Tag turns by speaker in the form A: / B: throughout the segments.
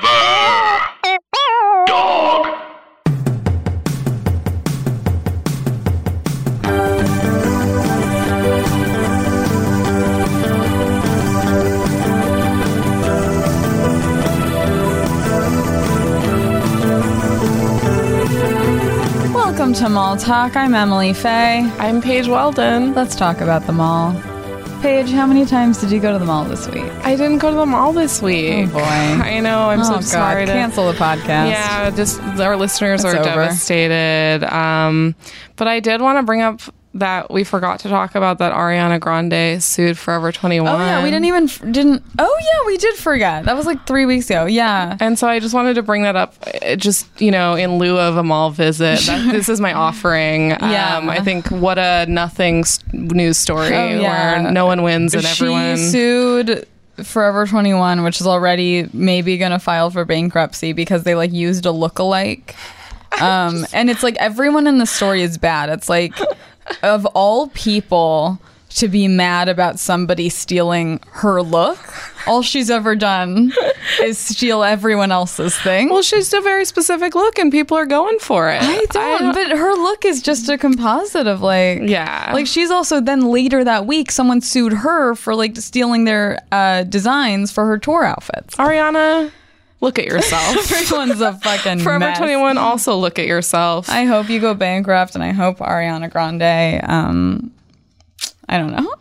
A: Forever. Dog.
B: Welcome to Mall Talk. I'm Emily Faye.
C: I'm Paige Weldon.
B: Let's talk about the mall. Paige, how many times did you go to the mall this week?
C: I didn't go to the mall this week.
B: Oh, boy.
C: I know. I'm
B: oh
C: so
B: God!
C: sorry. To,
B: Cancel the podcast.
C: Yeah, just our listeners
B: It's
C: are
B: over.
C: devastated. Um, but I did want to bring up that we forgot to talk about that Ariana Grande sued Forever 21.
B: Oh yeah, we didn't even f- didn't. Oh yeah, we did forget. That was like three weeks ago. Yeah.
C: And so I just wanted to bring that up, uh, just you know, in lieu of a mall visit. That, this is my offering.
B: Yeah.
C: Um, I think what a nothing s- news story
B: Oh, yeah.
C: where no one wins and everyone.
B: She sued Forever 21, which is already maybe going to file for bankruptcy because they like used a lookalike. Um, and it's like everyone in the story is bad. It's like of all people to be mad about somebody stealing her look, all she's ever done is steal everyone else's thing.
C: well, she's a very specific look, and people are going for it.
B: I don't, but her look is just a composite of like
C: Yeah.
B: Like she's also then later that week someone sued her for like stealing their uh, designs for her tour outfits.
C: Ariana, look at yourself.
B: Everyone's a fucking
C: Forever
B: mess.
C: 21, also look at yourself.
B: I hope you go bankrupt and I hope Ariana Grande um I don't know.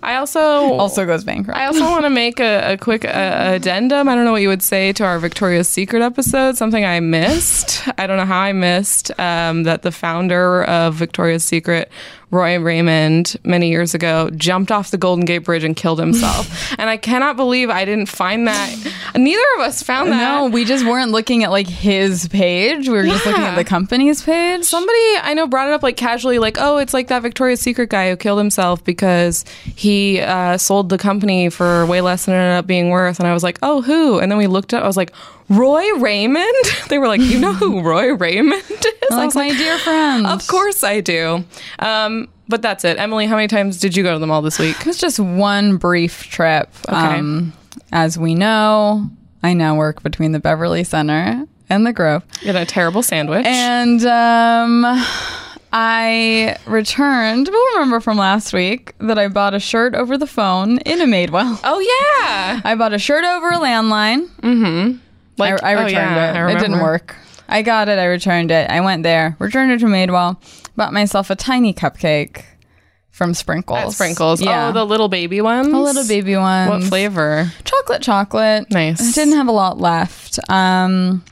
C: I also
B: also goes bankrupt.
C: I also want to make a, a quick uh, addendum. I don't know what you would say to our Victoria's Secret episode. Something I missed. I don't know how I missed um, that the founder of Victoria's Secret, Roy Raymond, many years ago, jumped off the Golden Gate Bridge and killed himself. and I cannot believe I didn't find that. Neither of us found that.
B: no, we just weren't looking at like his page. We were just looking at
C: Yeah.
B: the company's page.
C: Somebody I know brought it up like casually, like, oh, it's like that Victoria's Secret guy who killed himself because he uh, sold the company for way less than it ended up being worth. And I was like, oh, who? And then we looked up, I was like, Roy Raymond? They were like, you know who Roy Raymond is? I
B: Oh, like
C: was
B: my dear friend.
C: of course I do. Um, but that's it. Emily, how many times did you go to the mall this week?
B: It was just one brief trip. Um, as we know, I now work between the Beverly Center and the Grove.
C: In a terrible sandwich.
B: And um, I returned. We'll remember from last week that I bought a shirt over the phone in a Madewell.
C: oh, yeah.
B: I bought a shirt over a landline.
C: Like,
B: I, I
C: oh,
B: returned
C: yeah, I
B: it. it didn't
C: remember.
B: work. I got it. I returned it. I went there, returned it to Madewell, bought myself a tiny cupcake from Sprinkles.
C: At Sprinkles.
B: Yeah.
C: Oh, the little baby ones.
B: The little baby one.
C: What flavor?
B: chocolate chocolate
C: Nice.
B: i didn't have a lot left um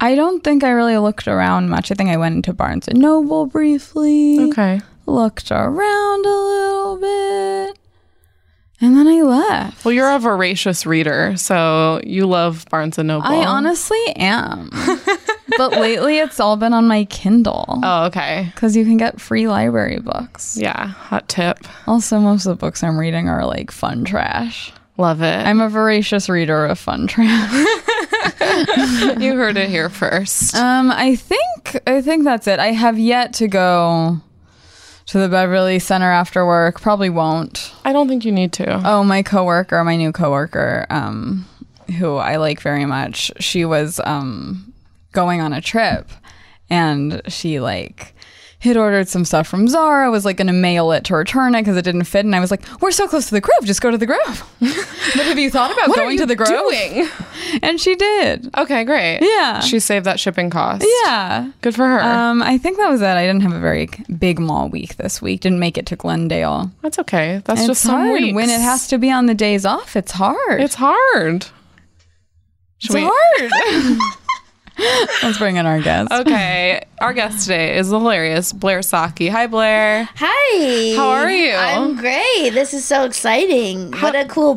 B: i don't think i really looked around much i think i went into barnes and noble briefly
C: Okay.
B: looked around a little bit and then i left
C: Well, you're a voracious reader, so you love Barnes and Noble.
B: i honestly am but lately it's all been on my kindle
C: Oh, okay.
B: because you can get free library books
C: Yeah, hot tip.
B: also most of the books i'm reading are like fun trash
C: Love it.
B: i'm a voracious reader of fun trash
C: you heard it here first.
B: Um, I think I think that's it. I have yet to go to the Beverly Center after work. Probably won't.
C: I don't think you need to.
B: Oh, my coworker, my new coworker, um, who I like very much. She was um going on a trip, and she like. Had ordered some stuff from Zara. Was like going to mail it to return it because it didn't fit, and I was like, "We're so close to the Grove. Just go to the Grove." but have you thought about
C: What
B: going
C: are you
B: to the Grove?
C: doing?
B: And she did.
C: Okay, great.
B: Yeah.
C: She saved that shipping cost.
B: Yeah.
C: Good for her.
B: Um, I think that was it. I didn't have a very big mall week this week. Didn't make it to Glendale.
C: That's okay. That's
B: And
C: just
B: it's
C: some
B: hard
C: weeks.
B: when it has to be on the days off. It's hard.
C: It's hard.
B: It's
C: Should we-
B: hard. Let's bring in our guest.
C: Okay. Our guest today is hilarious, Blair Saki. Hi, Blair.
D: Hi.
C: How are you?
D: I'm great. This is so exciting. What a cool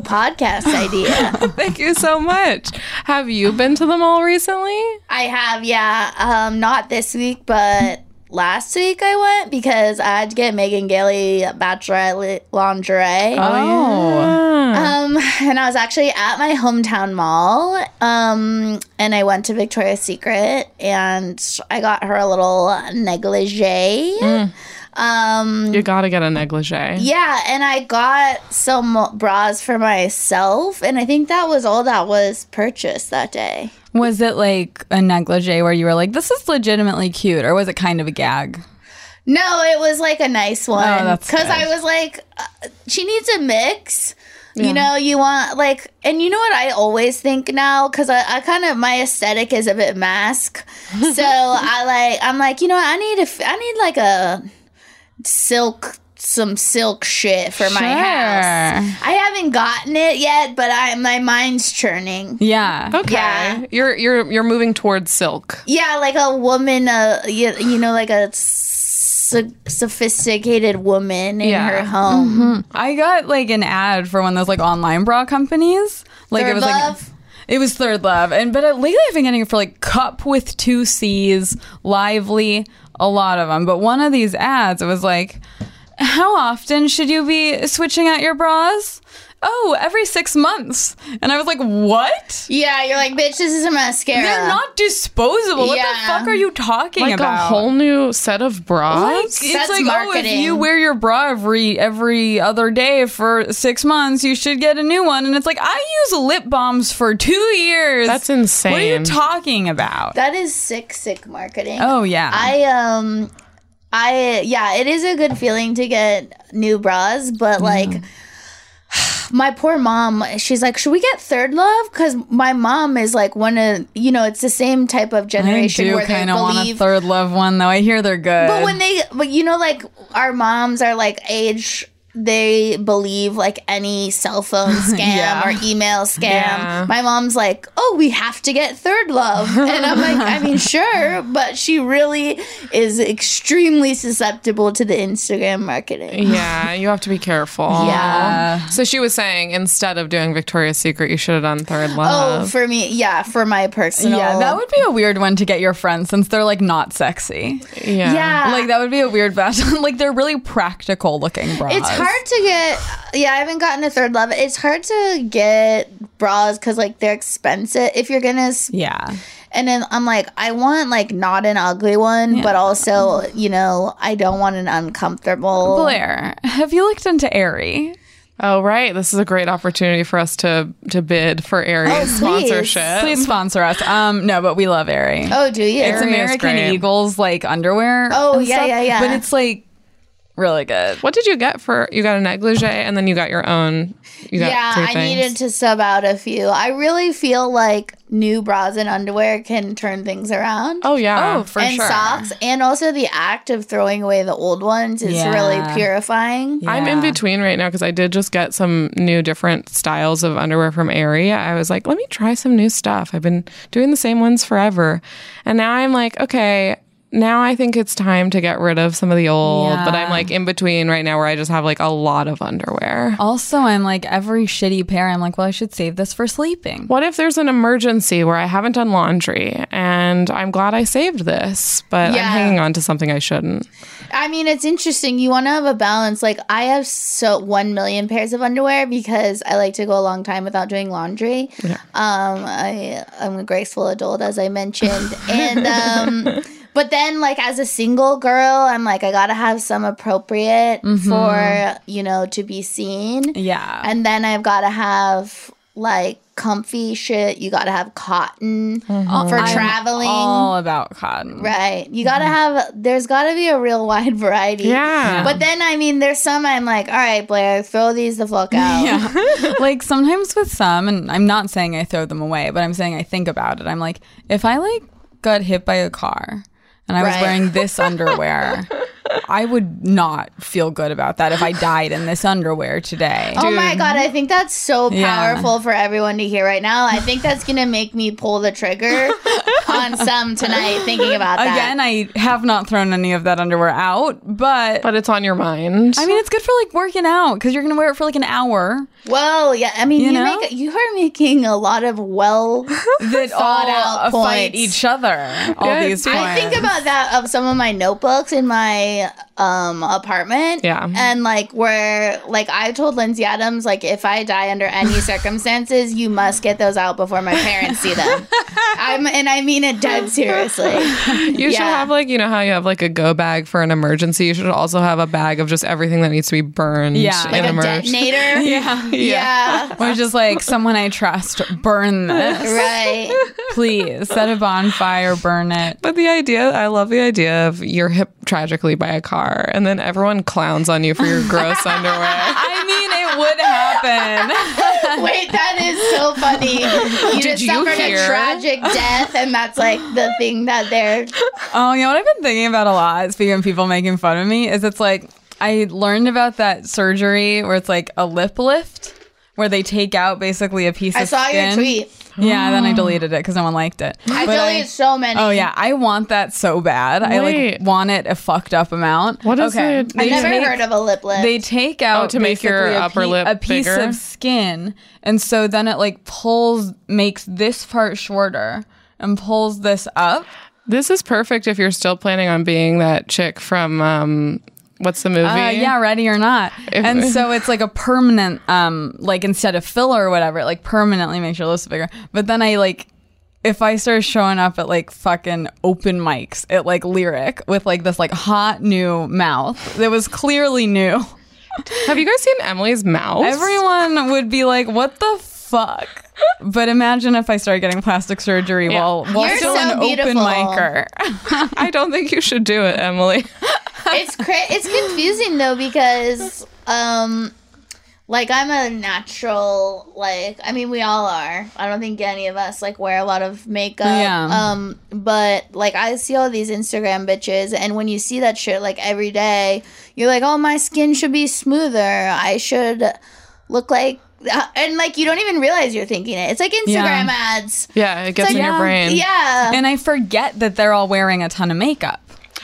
D: podcast idea.
C: Thank you so much. Have you been to the mall recently?
D: I have, yeah, um, not this week, but last week I went because I had to get Megan Gailey bachelorette li- lingerie.
B: Oh,
C: Oh.
D: Um, and I was actually at my hometown mall. Um, and I went to
C: Mm.
D: Victoria's Secret and I got her a little negligee. Um,
C: You gotta get a negligee.
D: yeah, and I got some bras for myself, and I think that was all that was purchased that day.
B: Was it like a negligee where you were like, this is legitimately cute, or was it kind of a gag?
D: No, it was like a nice one.
B: that's
D: Because I
B: good.
D: was like, uh, she needs a mix. You know, you want like, and you know what I always think now? Because I, I kind of, my aesthetic is a bit mask. So I like, I'm like, you know, what? I need a, f- I need like a silk, some silk shit for my house.
B: Sure.
D: I haven't gotten it yet, but I, my mind's churning.
B: Yeah.
C: Okay.
D: Yeah.
C: You're you're you're moving towards silk.
D: Yeah, like a woman, uh, you, you know, like a so- sophisticated woman in
C: Yeah.
D: her home.
B: I got like an ad for one of those like online bra companies. Like
D: Third
B: it was
D: Love?
B: like it was Third Love, and but uh, lately I've been getting it for like Cup with two C's, Lively, a lot of them. But one of these ads, it was like, how often should you be switching out your bras? Oh, every six months. And I was like, what?
D: Yeah, you're like, bitch, this is a mascara.
B: They're not disposable. What
D: Yeah.
B: the fuck are you talking
C: Like
B: about?
C: a whole new set of
B: Like,
C: bras.
B: it's
D: That's
B: like oh, if
D: marketing.
B: you wear your bra every every other day for six months, you should get a new one. And it's like I use lip balms for two years.
C: That's insane.
B: What are you talking about?
D: That is sick, sick marketing.
B: oh yeah,
D: I, um, I, yeah, it is a good feeling to get new bras, but like, my poor mom, she's like, should we get Third Love? Because my mom is like one of, you know, it's the same type of
B: I
D: generation
B: do
D: where they
B: kind of want a
D: believe
B: third love one though. I hear they're good.
D: But when they, but you know, like our moms are like age, they believe like any cell phone scam
B: Yeah.
D: or email scam.
C: Yeah.
D: My mom's like, oh, we have to get Third Love. And I'm like, I mean, sure, but she really is extremely susceptible to the Instagram marketing.
C: yeah, you have to be careful.
B: Uh,
D: Yeah.
C: So she was saying instead of doing Victoria's Secret, you should have done Third
D: Oh,
C: Love.
D: for me, yeah, for my personal.
B: yeah, that would be a weird one to get your friends since they're like not sexy.
C: yeah.
D: Yeah.
B: Like that would be a weird fashion. like they're really practical looking bras.
D: It's hard to get. Yeah, I haven't gotten a third love. It's hard to get bras because like they're expensive. If you're gonna
B: Yeah.
D: And then I'm like, I want like not an ugly one, but also, you know, I don't want an uncomfortable.
B: Blair, have you looked into Aerie?
C: Oh right. This is a great opportunity for us to to bid for Aries
D: please.
C: sponsorship.
B: Please sponsor us. Um, no, but we love Aerie.
D: Oh, do you?
B: It's
C: Area is
B: American
C: great.
B: Eagles like underwear.
D: Oh,
B: and
D: yeah,
B: stuff,
D: yeah, yeah.
B: But it's like really good.
C: What did you get for you got a negligee and then you got your own you got
D: yeah,
C: three
D: I
C: things.
D: needed to sub out a few. I really feel like new bras and underwear can turn things around.
C: Oh yeah.
B: Oh, for
D: and
B: sure.
D: socks. And also the act of throwing away the old ones is
B: Yeah.
D: really purifying.
C: I'm in between right now because I did just get some new different styles of underwear from Aerie. I was like, let me try some new stuff. I've been doing the same ones forever. And now I'm like, okay, now I think it's time to get rid of some of the old. But
B: Yeah.
C: I'm like in between right now where I just have like a lot of underwear.
B: Also, I'm like every shitty pair. I'm like, well, I should save this for sleeping.
C: What if there's an emergency where I haven't done laundry and I'm glad I saved this, but
D: Yeah.
C: I'm hanging on to something I shouldn't?
D: I mean, it's interesting. You want to have a balance. Like, I have so 1 million pairs of underwear because I like to go a long time without doing laundry. Um, I, I'm a graceful adult, as I mentioned. And, um, but then, like, as a single girl, I'm like, I got to have some appropriate for, you know, to be seen.
B: Yeah.
D: And then I've got to have, like, comfy shit. You got to have cotton for
B: I'm
D: traveling.
B: All about cotton.
D: Right. You gotta
B: Mm-hmm.
D: have, there's gotta be a real wide variety.
C: Yeah.
D: But then, I mean, there's some I'm like, all right, Blair, throw these the fuck out.
B: Yeah. like sometimes with some, and I'm not saying I throw them away, but I'm saying I think about it. I'm like, if I like got hit by a car and I was
D: Right.
B: wearing this underwear, I would not feel good about that if I died in this underwear today.
D: Oh my God, I think that's so
B: Yeah.
D: powerful for everyone to hear right now. I think that's gonna make me pull the trigger on some tonight thinking about that.
B: Again, I have not thrown any of that underwear out, but
C: But it's on your mind.
B: I mean, it's good for like working out because you're gonna wear it for like an hour.
D: Well, yeah, I mean, you,
B: know?
D: make, you are making a lot of well.
B: That
D: Thought
B: all
D: out
B: uh, fight
D: points.
B: each other. All
C: Yeah,
B: these
C: dude.
B: points.
D: I think about that of some of my notebooks in my um apartment.
C: Yeah.
D: And like where like I told Lindsay Adams, like if I die under any circumstances, you must get those out before my parents see them. I'm and I mean it dead seriously.
C: You should
D: Yeah.
C: have like you know how you have like a go bag for an emergency. You should also have a bag of just everything that needs to be burned.
B: Yeah. Like
C: in
D: Like
C: an
D: a
C: emerg-
D: detonator.
B: Yeah.
D: yeah.
B: Or just like someone I trust, burn this.
D: Right.
B: Please set a bonfire, burn it.
C: But the idea, I love the idea of you're hit tragically by a car, and then everyone clowns on you for your gross underwear.
B: I mean, it would happen.
D: Wait, that is so funny. You just
C: you
D: suffered
C: hear?
D: a tragic death, and that's like the thing that they're.
B: oh, you know what I've been thinking about a lot, speaking of people making fun of me, is it's like I learned about that surgery where it's like a lip lift, where they take out basically a piece
D: I
B: of
D: saw
B: skin.
D: your tweet.
B: Yeah, then
C: Oh.
B: I deleted it because no one liked it.
D: I
B: But
D: deleted so many.
B: Oh yeah, I want that so bad. I
C: Wait.
B: like want it a fucked up amount.
C: What is it? Oh,
D: I've
B: They
D: never
B: take-
D: heard of a lip lift.
B: They take out
C: to make your
B: basically a
C: upper
B: pe-
C: lip
B: a piece
C: bigger?
B: of skin, and so then it like pulls, makes this part shorter, and pulls this up.
C: This is perfect if you're still planning on being that chick from um, what's the movie?
B: Uh, yeah, ready or not. and so it's like a permanent, um, like instead of filler or whatever, it like permanently makes your lips bigger. But then I like, if I start showing up at like fucking open mics at like Lyric with like this like hot new mouth that was clearly new,
C: Have you guys seen Emily's mouth?
B: everyone would be like, what the fuck? But imagine if I start getting plastic surgery while while
D: You're
B: still
D: so
B: an open
D: beautiful.
B: micer.
C: I don't think you should do it, Emily.
D: it's cra- it's confusing though because um like I'm a natural like I mean we all are. I don't think any of us like wear a lot of makeup.
B: Yeah.
D: Um but like I see all these Instagram bitches and when you see that shit like every day, you're like, "Oh, my skin should be smoother. I should look like and like you don't even realize you're thinking it. It's like Instagram
B: Yeah.
D: ads.
C: Yeah, it gets
D: like,
C: in
B: yeah,
C: your brain.
D: Yeah.
B: And I forget that they're all wearing a ton of makeup.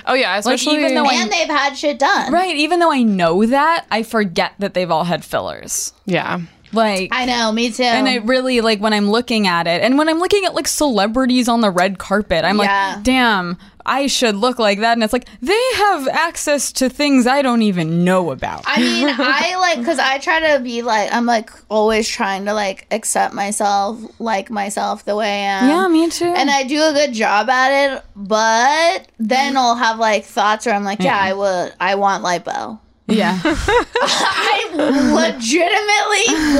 C: Oh yeah, especially
B: even though I-
D: And they've had shit done.
B: Right, even though I know that, I forget that they've all had fillers.
C: yeah.
B: Like
D: I know, me too.
B: and it really like when I'm looking at it and when I'm looking at like celebrities on the red carpet, I'm
D: Yeah.
B: like, damn, I should look like that. And it's like, they have access to things I don't even know about.
D: I mean, I like because I try to be like I'm like always trying to like accept myself, like myself the way I am.
B: yeah, me too.
D: And I do a good job at it, but
B: Mm-hmm.
D: then I'll have like thoughts where I'm like, yeah, I would, I want lipo.
B: yeah.
D: I legitimately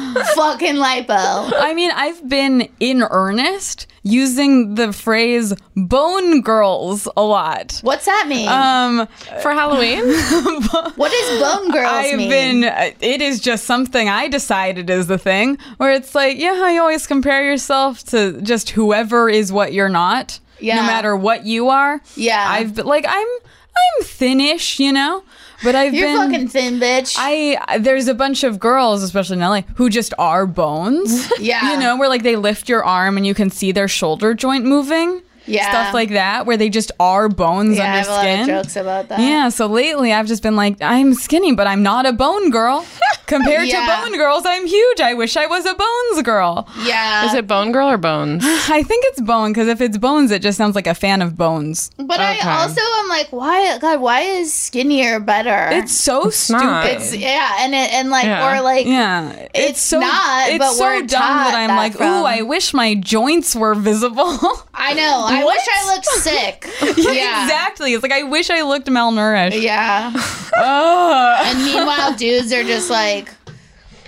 D: want fucking lipo.
B: I mean, I've been in earnest using the phrase bone girls a lot.
D: What's that mean?
B: Um,
C: For Halloween?
D: what does bone girls
B: I've
D: mean?
B: been. uh, It is just something I decided is the thing where it's like, yeah, how you always compare yourself to just whoever is what you're not, no
D: Yeah.
B: matter what you are.
D: Yeah.
B: I've been like, I'm, I'm thinnish, you know, but I've
D: You're
B: been.
D: fucking thin, bitch.
B: I there's a bunch of girls, especially in LA, who just are bones.
D: Yeah.
B: you know, where like they lift your arm and you can see their shoulder joint moving.
D: Yeah.
B: stuff like that, where they just are bones
D: yeah, I
B: under
D: have a lot
B: skin.
D: of jokes about that.
B: Yeah, so lately I've just been like, I'm skinny, but I'm not a bone girl. Compared
D: Yeah.
B: to bone girls, I'm huge. I wish I was a bones girl.
D: yeah.
C: Is it Bone Girl or Bones?
B: I think it's bone because if it's bones, it just sounds like a fan of bones.
D: But
C: Okay.
D: I also am like, why? God, why is skinnier better?
B: It's so stupid.
C: not.
D: It's- yeah, and it, and like
C: Yeah.
D: or like
B: yeah, it's,
D: It's
B: so
D: not,
B: it's
D: but
B: so
D: we're
B: dumb
D: taught
B: that I'm
D: that
B: like,
D: from-
B: ooh, I wish my joints were visible.
D: I know. I
B: What?
D: wish I looked sick. yeah,
B: exactly. It's like I wish I looked malnourished.
D: yeah.
B: Ugh.
D: And meanwhile, dudes are just like.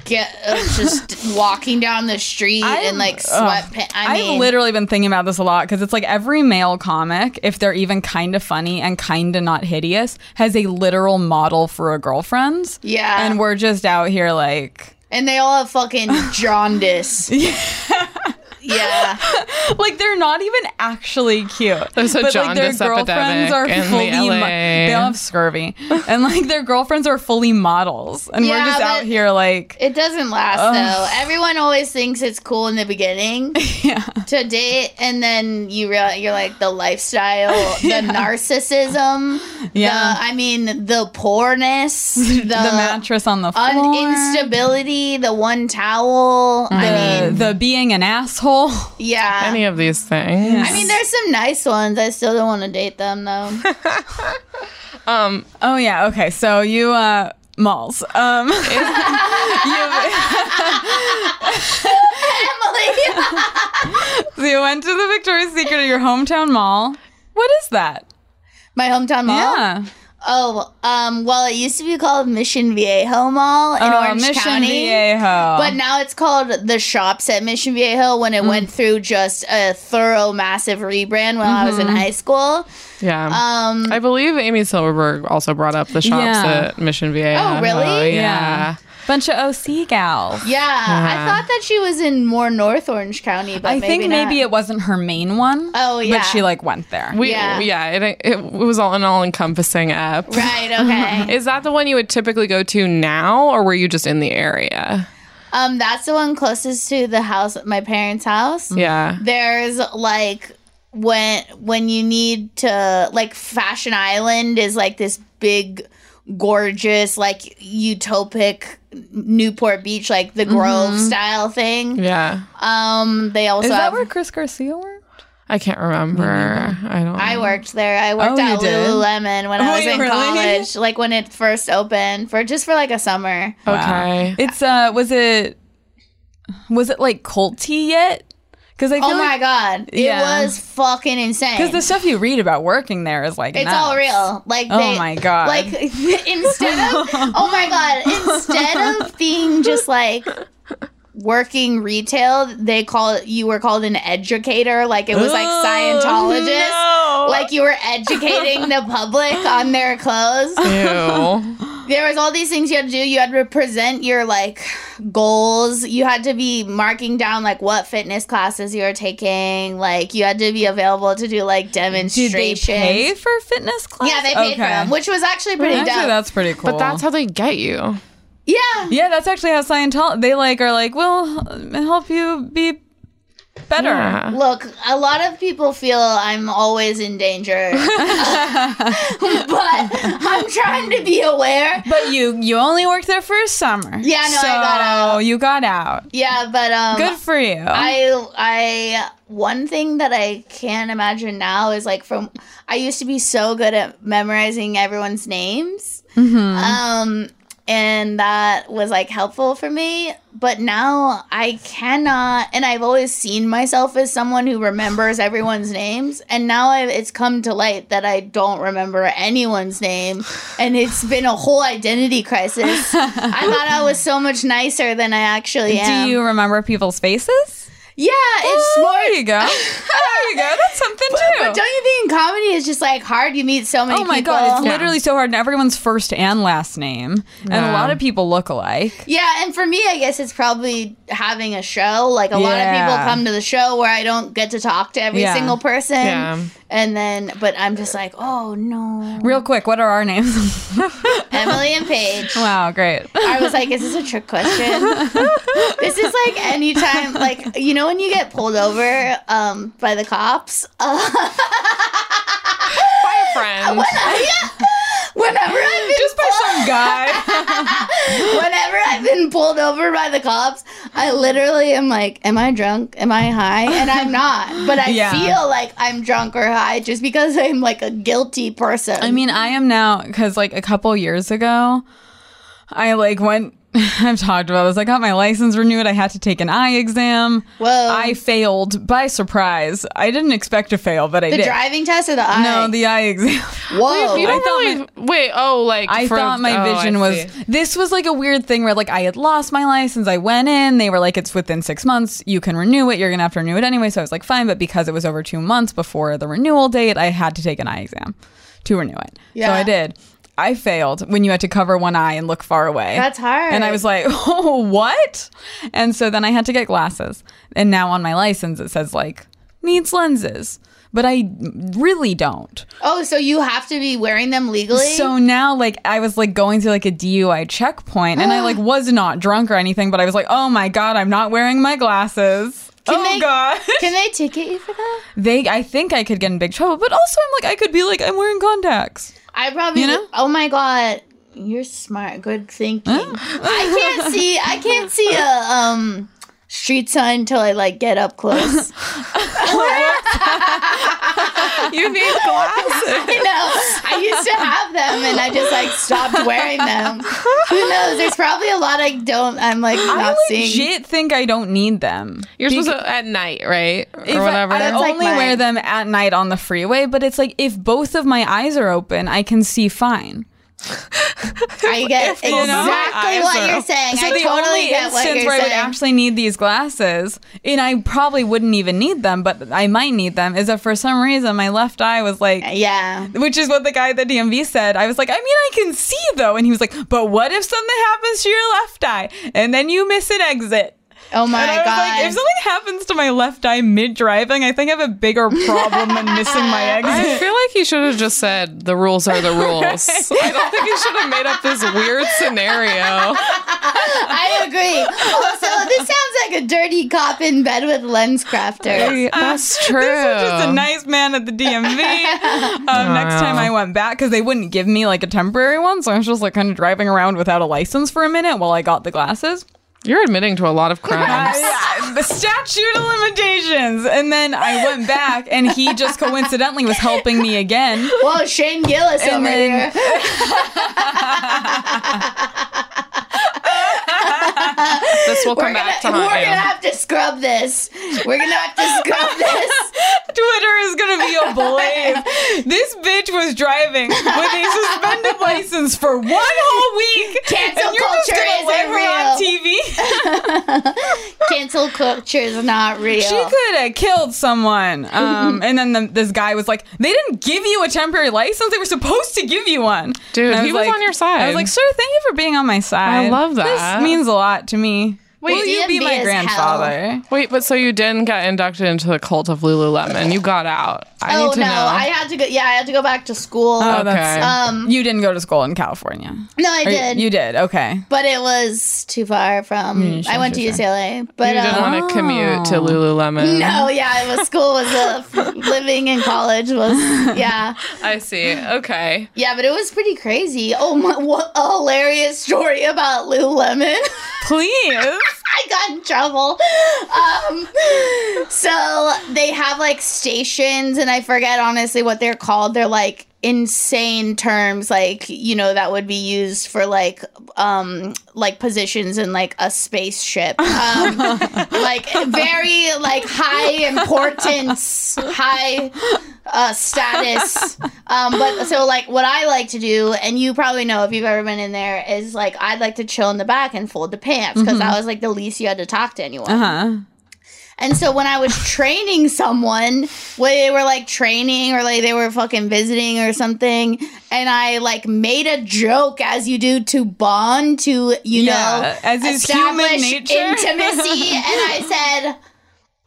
D: Get uh, just walking down the street
B: I'm-
D: in like
B: ugh.
D: sweatpants. I
B: I've
D: mean,
B: literally been thinking about this a lot because it's like every male comic, if they're even kind of funny and kind of not hideous, has a literal model for a girlfriend.
D: Yeah.
B: And we're just out here like,
D: and they all have fucking jaundice. yeah.
B: like they're not even actually cute.
C: There's a
B: but like their
C: jaundice epidemic
B: girlfriends are
C: in the
B: fully, mo-
C: LA.
B: they all have scurvy, and like their girlfriends are fully models, and we're
D: Yeah,
B: just out
D: but-
B: here like,
D: It doesn't last though. Everyone always thinks it's cool in the beginning
B: yeah,
D: to date, and then you realize you're like the lifestyle, the narcissism,
B: Yeah.
D: The, I mean, the poorness, the,
B: the mattress on the floor,
D: un- instability, the one towel. I
B: the,
D: mean,
B: the being an asshole.
D: yeah.
C: Any of these things.
D: I mean, there's some nice ones. I still don't want to date them though.
B: Oh yeah. Okay. So you uh malls. Um you,
D: Emily,
B: So you went to the Victoria's Secret at your hometown mall. What is that?
D: My hometown mall.
B: Yeah.
D: Oh, um, well, it used to be called Mission Viejo Mall in
B: Oh,
D: Orange
B: Mission
D: County.
B: Viejo.
D: But now it's called the shops at Mission Viejo when
B: Hmm.
D: it went through just a thorough, massive rebrand when I was in
B: Mm-hmm.
D: high school.
C: Yeah.
D: Um,
C: I believe Amy Silverberg also brought up the shops
B: Yeah.
C: at Mission Viejo.
D: Oh, really?
C: yeah.
B: bunch of OC gals.
D: yeah, I thought that she was in more North Orange County, but
B: I
D: maybe
B: think maybe
D: not.
B: it wasn't her main one.
D: Oh, yeah.
B: But she like went there.
C: We,
D: Yeah.
C: yeah, it, it, it was all an all encompassing app.
D: Right. Okay.
C: Is that the one you would typically go to now, or were you just in the area?
D: um, that's the one closest to the house, my parents' house.
B: Mm.
C: Yeah.
D: There's like when when you need to like Fashion Island is like this big, gorgeous like utopic Newport Beach like the Grove
B: Mm-hmm.
D: style thing.
C: Yeah.
D: Um, they also
B: Is that
D: have-
B: where Chris Garcia worked?
C: I can't remember. I don't.
D: I worked there. I
B: Oh,
D: worked at
B: you did?
D: Lululemon when I
B: Oh,
D: was
B: you
D: in
B: really?
D: college, like when it first opened for just for like a summer.
C: Okay.
B: It's uh was it was it like culty yet? Because I feel
D: Oh my
B: like
D: god, it
B: Yeah.
D: was fucking insane.
B: because the stuff you read about working there is like
D: It's
B: nuts.
D: all real. Like
B: Oh
D: they,
B: my God.
D: Like instead of oh my god, instead of being just like working retail, they call you were called an educator. Like it was like
B: Oh,
D: Scientologist.
B: no.
D: Like you were educating the public on their clothes.
C: Ew.
D: There was all these things you had to do. You had to present your like goals. You had to be marking down like what fitness classes you were taking. Like you had to be available to do like
B: Did they
D: demonstrations.
B: pay for fitness class?
D: Yeah, they paid for them, which was actually pretty
B: actually
D: dope.
B: that's pretty cool.
C: but that's how they get you.
D: yeah,
B: yeah, that's actually how Scientology they like are like we'll help you be better.
C: Yeah.
D: Look, a lot of people feel I'm always in danger, but I'm trying to be aware.
B: But you you only worked there for a summer.
D: Yeah, no, I
B: so
D: got out.
B: You got out.
D: Yeah, but um,
B: Good for you.
D: I I one thing that I can't imagine now is like from I used to be so good at memorizing everyone's names.
B: Mm-hmm.
D: Um and that was like helpful for me, but now I cannot and I've always seen myself as someone who remembers everyone's names and now I it's come to light that I don't remember anyone's name and it's been a whole identity crisis. I thought I was so much nicer than I actually am.
B: Do you remember people's faces?
D: Yeah, it's
B: Oh,
D: more.
B: There you go. there you go. That's something too.
D: But don't you think in comedy it's just like hard? You meet so many.
B: Oh my
D: people.
B: god, it's
C: Yeah.
B: literally so hard. And everyone's first and last name, and a
C: Yeah.
B: lot of people look alike.
D: Yeah, and for me, I guess it's probably having a show. Like a lot of people
B: Yeah.
D: come to the show where I don't get to talk to every
B: Yeah.
D: single person.
C: Yeah.
D: And then, but I'm just like, oh no,
B: Real quick, what are our names?
D: Emily and Paige.
B: wow, great.
D: I was like, is this a trick question? this is like anytime, like you know, when you get pulled over um, by the cops. Uh,
C: By a friend.
D: whenever I've been
B: Just by some guy.
D: Whenever I've been pulled over by the cops, I literally am like, Am I drunk? Am I high? And I'm not. But I
B: Yeah.
D: feel like I'm drunk or high just because I'm like a guilty person.
B: I mean, I am now because like a couple years ago, I like went. I've talked about this. I got my license renewed. I had to take an eye exam.
D: Whoa.
B: I failed by surprise. I didn't expect to fail, but I
D: the
B: did.
D: driving test or the eye?
B: no, the eye exam.
D: Whoa.
C: You
B: I
C: don't
B: thought
C: really. wait. Oh, like
B: I
C: for-
B: thought
C: oh,
B: my
C: I
B: vision was
C: see.
B: this was like a weird thing where like I had lost my license. I went in, they were like, it's within six months, you can renew it, you're gonna have to renew it anyway. So I was like, fine, but because it was over two months before the renewal date, I had to take an eye exam to renew it.
D: Yeah.
B: So I did. I failed when you had to cover one eye and look far away.
D: That's hard.
B: And I was like, oh, what? And so then I had to get glasses. And now on my license, it says like, needs lenses. But I really don't.
D: oh, so you have to be wearing them legally?
B: So now, like, I was like going through like a DUI checkpoint, and I like was not drunk or anything, but I was like, oh my god, I'm not wearing my glasses.
D: Can
B: oh
D: they-
B: god,
D: Can they ticket you for that?
B: they. I think I could get in big trouble, but also I'm like, I could be like, I'm wearing contacts.
D: I probably.
B: You know?
D: Oh my god, you're smart. Good thinking. I can't see. I can't see a um street sign until I like get up close.
C: you need glasses.
D: you know, I used to have them and I just like stopped wearing them. Who knows? There's probably a lot I don't. I'm like
B: I
D: not seeing.
B: legit think I don't need them.
C: You're supposed to at night, right? Or
B: If I-
C: whatever.
B: I,
D: That's like
B: only
D: mine.
B: wear them at night on the freeway, but it's like if both of my eyes are open, I can see fine.
D: I get exactly
C: you know, eyes
D: what
C: are-
D: you're saying.
B: So
D: I
B: the
D: totally
B: only
D: get what
B: instance
D: you're
B: where I would
D: saying.
B: actually need these glasses, and I probably wouldn't even need them, but I might need them, is that for some reason my left eye was like,
D: yeah.
B: which is what the guy at the DMV said. I was like, I mean, I can see though, and he was like, but what if something happens to your left eye and then you miss an exit?
D: Oh my
B: And I was
D: god.
B: like, if something happens to my left eye mid driving, I think I have a bigger problem than missing my exit.
C: I feel like he should have just said the rules are the rules. I don't think he should have made up this weird scenario.
D: I agree. Also, this sounds like a dirty cop in bed with lens crafter.
C: That's true.
B: This was just a nice man at the DMV. Um, next time I went back, because they wouldn't give me like a temporary one, so I was just like kind of driving around without a license for a minute while I got the glasses.
C: You're admitting to a lot of crimes.
B: I- I- the statute of limitations. And then I went back, and he just coincidentally was helping me again.
D: Whoa, Shane Gillis over
B: And then-
D: here.
C: This will
D: We're
C: come
D: gonna,
C: back to
D: we're
C: haunt
D: gonna
C: you.
D: have to scrub this. We're gonna have to scrub this.
B: Twitter is gonna be ablaze. this bitch was driving with a suspended license for one whole week.
D: Cancel
B: and you're just
D: culture
B: gonna let her
D: isn't
B: on
D: real.
B: TV.
D: Cancel culture is not real.
B: she could have killed someone. Um, and then the, this guy was like, "They didn't give you a temporary license. They were supposed to give you one."
C: Dude,
B: And I
C: he was
B: like-
C: on your side.
B: I was like, "Sir, thank you for being on my side.
C: I love that.
B: This means a lot to me." Will you be
D: DMV is
B: my
D: hell.
B: grandfather?
C: Wait, but so you didn't get inducted into the cult of Lululemon. You got out. I
D: Oh
C: need to
D: no,
C: know.
D: I had to go. Yeah, I had to go back to school.
B: Oh,
C: Okay.
B: that's
D: Um,
B: you didn't go to school in California.
D: no, I
B: Or you-
D: did.
B: You did. Okay.
D: but it was too far from.
B: sure,
D: I went
B: sure,
D: to
B: sure.
D: UCLA, but
C: you didn't
D: um,
C: want to commute to Lululemon.
D: no, yeah, it was school was a, living in college was yeah,
C: I see. Okay.
D: yeah, but it was pretty crazy. Oh my, what a hilarious story about Lululemon.
B: Please.
D: I got in trouble. Um, so they have like stations, and I forget honestly what they're called. They're like insane terms, like you know that would be used for like um like positions in like a spaceship, um, like very like high importance, high uh, status. Um, but so like what I like to do, and you probably know if you've ever been in there, is like I'd like to chill in the back and fold the pants because that was like the least you had to talk to anyone.
B: Huh.
D: And so when I was training someone, when they were like training or like they were fucking visiting or something, and I like made a joke as you do to bond to you
B: Yeah,
D: know
B: as is human
D: establish
B: nature.
D: intimacy, and I said.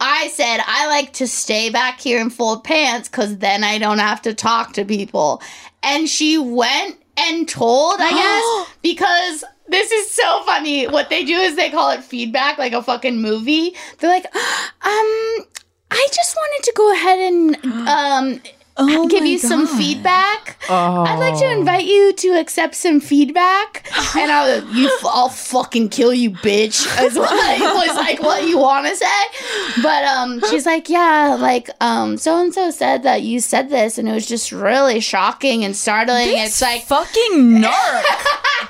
D: I said I like to stay back here and fold pants because then I don't have to talk to people. And she went and told, I guess, because this is so funny. What they do is they call it feedback, like a fucking movie. They're like, um, I just wanted to go ahead and um
B: Oh
D: give
B: my
D: you some
B: God.
D: feedback.
C: Oh.
D: I'd like to invite you to accept some feedback. And I was, you, I'll fucking kill you, bitch. Is what I was like, what you want to say? But um, she's like, yeah, like um, so and so said that you said this, and it was just really shocking and startling.
B: This
D: it's like
B: fucking narc.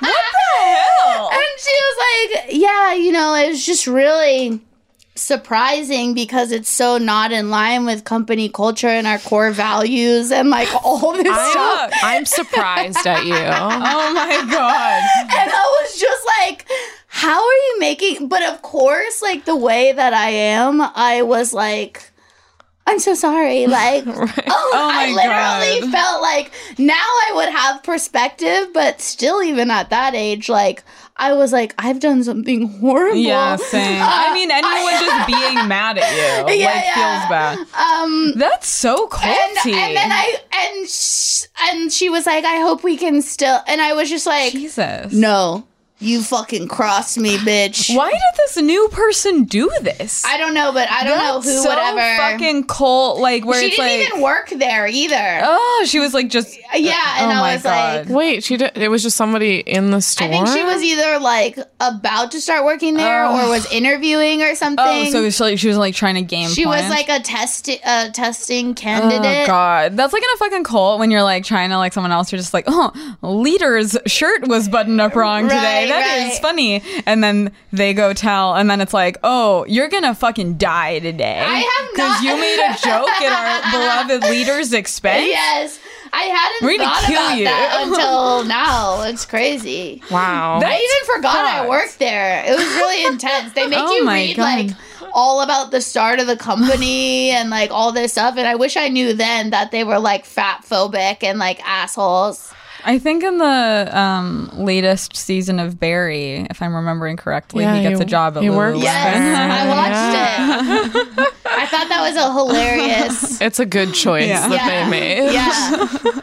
B: what the hell?
D: And she was like, Yeah, you know, it was just really surprising because it's so not in line with company culture and our core values and like all this stuff.
B: Fuck.
C: I'm surprised at you.
B: Oh my god.
D: And I was just like, How are you making? But of course, like the way that I am, I was like, I'm so sorry. Like, oh, I
B: my God.
D: literally felt like now I would have perspective, but still, even at that age, like, I was like, I've done something horrible. Uh,
B: Yeah, same. I mean, anyone just being mad at you
D: Yeah,
B: like
D: yeah.
B: feels bad.
D: Um,
B: That's so culty.
D: and, and then I and sh- and she was like, I hope we can still. And I was just like,
B: Jesus.
D: No, You fucking crossed me, bitch.
B: Why did this new person do this?
D: I don't know, but I don't know who,
B: so
D: whatever.
B: fucking cold. Like where
D: she
B: it's
D: didn't
B: like,
D: even work there either.
B: oh, she was like just
D: yeah, and
B: oh my
D: I was
B: God.
D: like,
C: Wait, she did. It was just somebody in the store.
D: I think she was either like about to start working there
B: Ugh.
D: or was interviewing or something.
B: oh, so she, like, she was like trying to game.
D: she was
B: plan.
D: like a test a testing
B: Oh
D: candidate.
B: god, that's like in a fucking cult when you're like trying to like someone else. You're just like, oh, leader's shirt was buttoned up wrong today.
D: Right,
B: That is
D: right.
B: funny. And then they go tell, and then it's like, oh, you're gonna fucking die today.
D: I have
B: because
D: not-
B: you made a joke at our beloved leader's expense.
D: Yes, I hadn't
B: We're gonna
D: thought
B: kill
D: about
B: you.
D: that until now. It's crazy.
C: Wow.
B: That-
D: I even forgot
B: sucks.
D: I worked there. It was really intense. They make
B: Oh
D: you
B: my
D: read
B: God.
D: like all about the start of the company and like all this stuff. And I wish I knew then that they were like fat phobic and like assholes.
B: I think in the um, latest season of Barry, if I'm remembering correctly,
C: Yeah,
B: he gets
C: he-
B: a job at
C: he works
B: Lululemon.
C: Wow.
D: Yes, I watched it. I thought that was a hilarious.
C: it's a good choice
B: Yeah.
C: that
D: Yeah.
C: they made.
D: Yeah.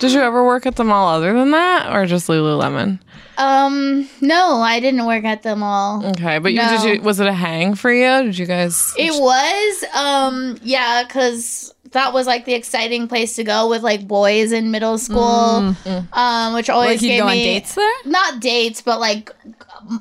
C: Did you ever work at the mall other than that, or just Lululemon?
D: Um. No, I didn't work at the mall.
B: Mm.
C: Okay, but you,
D: No.
C: did you? Was it a hang for you? Did you guys?
D: It was, um, yeah, because that was like the exciting place to go with like boys in middle school, um, which always
B: Like Mm-hmm. you
D: gave
B: go on
D: me
B: dates there.
D: not dates, but like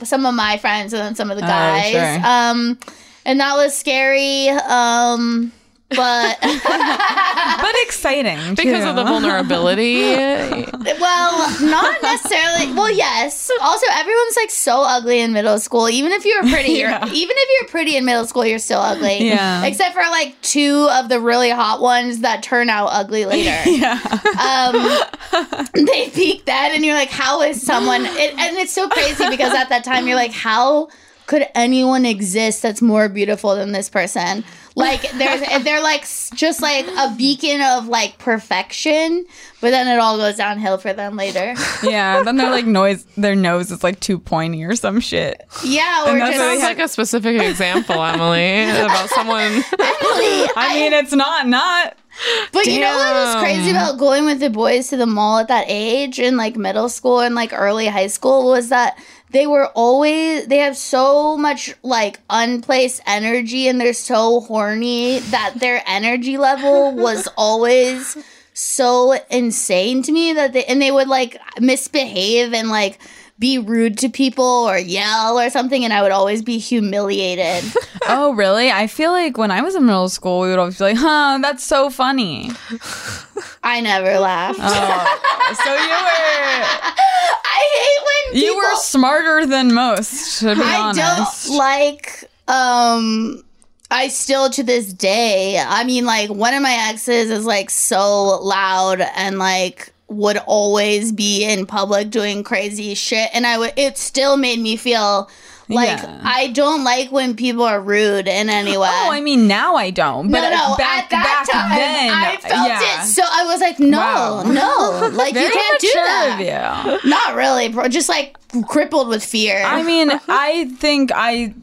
D: some of my friends and then some of the guys,
B: Oh, sure.
D: um, and that was scary, um, but
B: but exciting
C: because of the
B: too.
C: vulnerability.
D: well, not necessarily. Well, yes. Also, everyone's like so ugly in middle school. Even if you're pretty, you're,
B: Yeah.
D: even if you're pretty in middle school, you're still ugly.
B: Yeah.
D: Except for like two of the really hot ones that turn out ugly later.
B: yeah.
D: um, they peak then, and you're like, how is someone? It, and it's so crazy because at that time you're like, how could anyone exist that's more beautiful than this person? Like there's, and they're like s- just like a beacon of like perfection, but then it all goes downhill for them later.
B: Yeah, then they're like noise. Their nose is like too pointy or some shit.
D: Yeah,
B: that's
D: or
B: what
D: just
C: Sounds
D: Emily.
B: we had-
C: like a specific example, Emily, about someone.
B: I, mean, it's not not.
D: But you know what was
C: Damn.
D: crazy about going with the boys to the mall at that age in like middle school and like early high school was that they were always they have so much like unplaced energy and they're so horny that their energy level was always so insane to me that they and they would like misbehave and like be rude to people or yell or something and I would always be humiliated.
B: Oh, really? I feel like when I was in middle school, we would always be like, "Huh, that's so funny."
D: I never laughed.
B: Oh, so you
D: I hate when
B: were you were
D: people-
B: smarter than most, to be honest.
D: I don't like um I still to this day, I mean like one of my exes is like so loud and like would always be in public doing crazy shit and I would it still made me feel like
B: Yeah.
D: I don't like when people are rude in any way.
B: oh, I mean, now I don't. But
D: no, no.
B: back
D: at that
B: back
D: time,
B: then, uh,
D: I felt
B: yeah.
D: it. So I was like, no,
B: Wow.
D: no, like you
B: Very
D: can't do
B: mature
D: that.
B: of you.
D: Not really, bro. Just like crippled with fear.
B: I mean, I think I.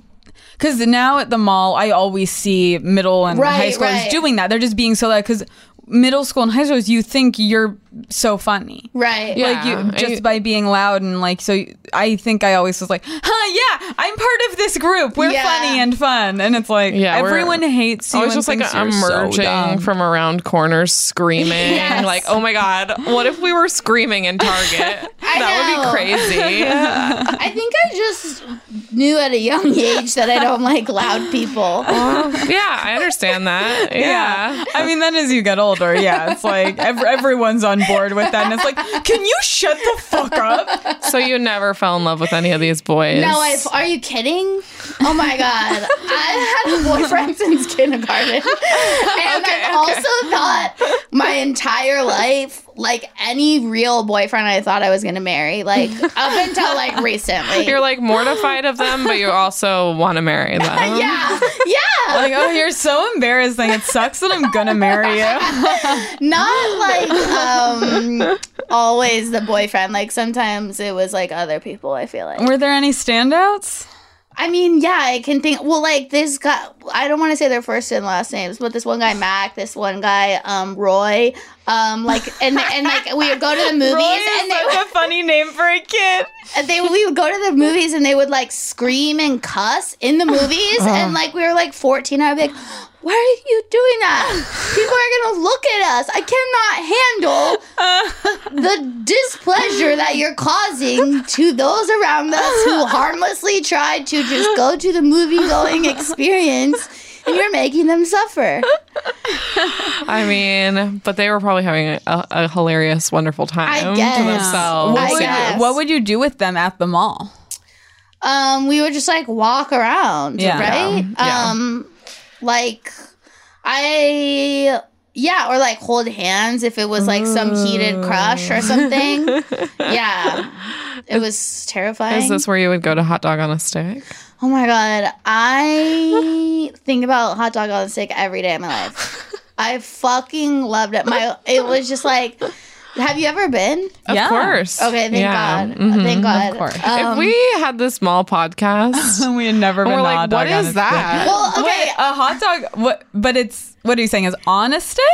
B: Because now at the mall, I always see middle and
D: Right,
B: high schoolers
D: right.
B: doing that. They're just being so loud. Because middle school and high schoolers, you think you're so funny.
D: right.
C: Yeah.
B: Like you,
C: and
B: just
C: you-
B: by being loud and like so, you- I think I always was like, "Huh, yeah, I'm part of this group. We're
D: Yeah.
B: funny and fun." And it's like,
C: Yeah, we're-
B: everyone hates you.
C: I
B: and
C: was just like
B: thinks you're so
C: emerging
B: dumb.
C: from around corners screaming.
D: Yes.
C: Like, oh my God, what if we were screaming in Target? that would
D: know.
C: be crazy.
D: I think I just knew at a young age that I don't like loud people.
C: yeah, I understand that. Yeah.
B: Yeah. I mean, then as you get older, yeah, it's like ev- everyone's on board with that. And it's like, can you shut the fuck up?
C: So you never fell in love with any of these boys?
D: No, I, are you kidding? Oh my god, I had a boyfriend since kindergarten, and
C: Okay,
D: I've also thought my entire life, like any real boyfriend, I thought I was gonna marry, like up until like recently.
C: You're like mortified of them, but you also want to marry them.
D: yeah, yeah,
B: Like, oh, you're so embarrassing. It sucks that I'm gonna marry you.
D: not like um always the boyfriend. Like sometimes it was like other people. I feel like.
B: Were there any standouts?
D: I mean, yeah, I can think. Well, like this guy, I don't want to say their first and last names, but this one guy, Mac, this one guy, um, Roy, um, like, and and like we would go to the movies, and they,
B: a funny name for a kid.
D: and they we would go to the movies, and they would like scream and cuss in the movies,
B: Uh-huh.
D: and like we were like fourteen, I'd be like. Why are you doing that? People are gonna look at us. I cannot handle the displeasure that you're causing to those around us who harmlessly tried to just go to the movie going experience and you're making them suffer.
C: I mean, but they were probably having a, a hilarious, wonderful time
D: guess.
C: to themselves.
D: I
B: What would,
D: guess.
B: you, what would you do with them at the mall?
D: Um, we would just like walk around,
B: Yeah.
D: right?
C: Yeah.
D: Um, like I yeah, or like hold hands if it was like some heated crush or something. yeah. It was terrifying.
C: Is this where you would go to hot dog on a stick?
D: Oh my god, I think about hot dog on a stick every day of my life. I fucking loved it. My it was just like, have you ever been?
C: Of
B: Yeah.
C: course.
D: Okay, thank
C: Yeah.
D: God,
C: Mhm.
D: thank God.
B: course.
D: Um,
C: if we had this small podcast,
B: we had never
C: and
B: been
C: we're
B: to a hot
C: like,
B: dog
C: what
B: on a
C: is
B: stick.
C: that?
D: well, okay,
B: Wait, a hot dog. What? But it's what are you saying? Is on a stick?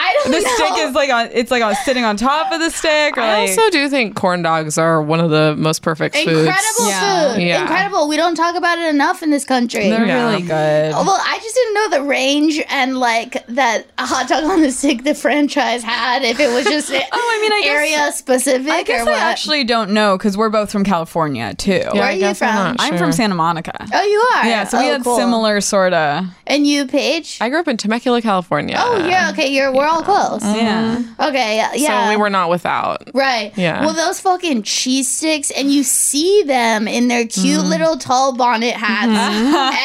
D: I don't
B: The
D: know.
B: stick is like on. It's like on sitting on top of the stick. Or
C: I
B: like,
C: also do think corn dogs are one of the most perfect
D: incredible
C: foods.
B: Yeah.
D: food.
C: Yeah.
D: Incredible. We don't talk about it enough in this country.
B: they're
C: Yeah.
B: really good.
D: Oh, Well, I just didn't know the range and like that a hot dog on the stick the franchise had if it was just oh,
B: I mean, I guess-
D: area specific
B: I guess
D: or
B: I
D: what.
B: actually don't know because we're both from California too.
C: Yeah,
D: Where
C: I
D: are you
C: guess I'm
D: from?
C: not
B: I'm
C: sure.
B: from Santa Monica.
D: Oh, you are.
B: Yeah, so we
D: Oh,
B: had
D: cool.
B: similar sort of.
D: And you, Paige?
C: I grew up in Temecula, California.
D: Oh, yeah. Okay, you're we're all close.
B: Yeah.
D: Okay, yeah, yeah.
C: So we were not without.
D: right.
C: Yeah.
D: Well, those fucking cheese sticks, and you see them in their cute little tall bonnet hats.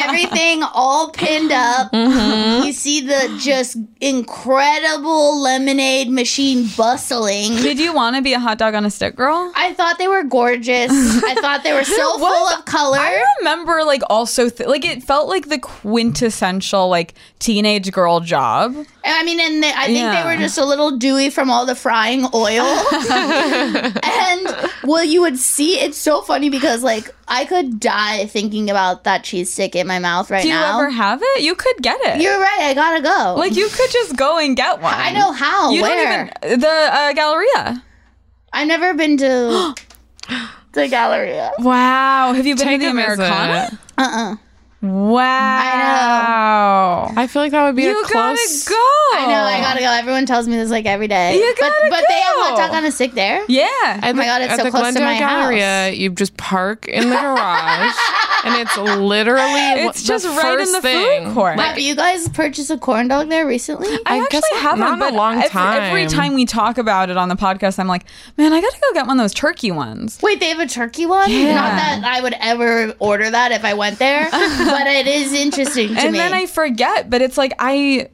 D: Everything all pinned up. You see the just incredible lemonade machine bustling.
B: Did you want to be a hot dog on a stick girl?
D: I thought they were gorgeous. I thought they were so full of color.
B: I remember like also th- like it felt like the quintessential like teenage girl job.
D: And I mean, and they, I think
B: Yeah.
D: they were just a little dewy from all the frying oil. and well, you would see it's so funny because like I could die thinking about that cheese stick in my mouth right
B: Do you
D: now.
B: ever have it? You could get it.
D: You're right. I gotta go.
B: like you could just go and get one.
D: I know how.
B: You
D: where?
B: don't even the uh, Galleria.
D: I've never been to the Galleria.
B: Wow, have you been
C: Take
B: to the
C: a visit.
B: Americana?
D: Uh uh
B: Wow.
C: I feel like that would be
B: You
C: a close.
B: gotta go.
D: I know. I gotta go. Everyone tells me this like every day.
B: Oh. You
D: but
B: gotta
D: but they have
B: go.
D: hot dog on a stick there.
B: Yeah.
C: At
D: my God, it's
C: at
D: so
C: the
D: close to
C: Glendale
D: my
C: Galleria, you just park in the garage, and it's literally
B: It's
C: the
B: just right in
C: first
B: the
C: thing.
B: food court.
D: Have you guys purchased a corn dog there recently?
B: I,
C: I
B: actually
C: guess
B: haven't.
C: not in a
B: but
C: long
B: ev- Every
C: time.
B: time we talk about it on the podcast, I'm like, man, I got to go get one of those turkey ones.
D: Wait, they have a turkey one? Not that I would ever order that if I went there, but it is interesting to
B: and
D: me.
B: then I forget, but it's like I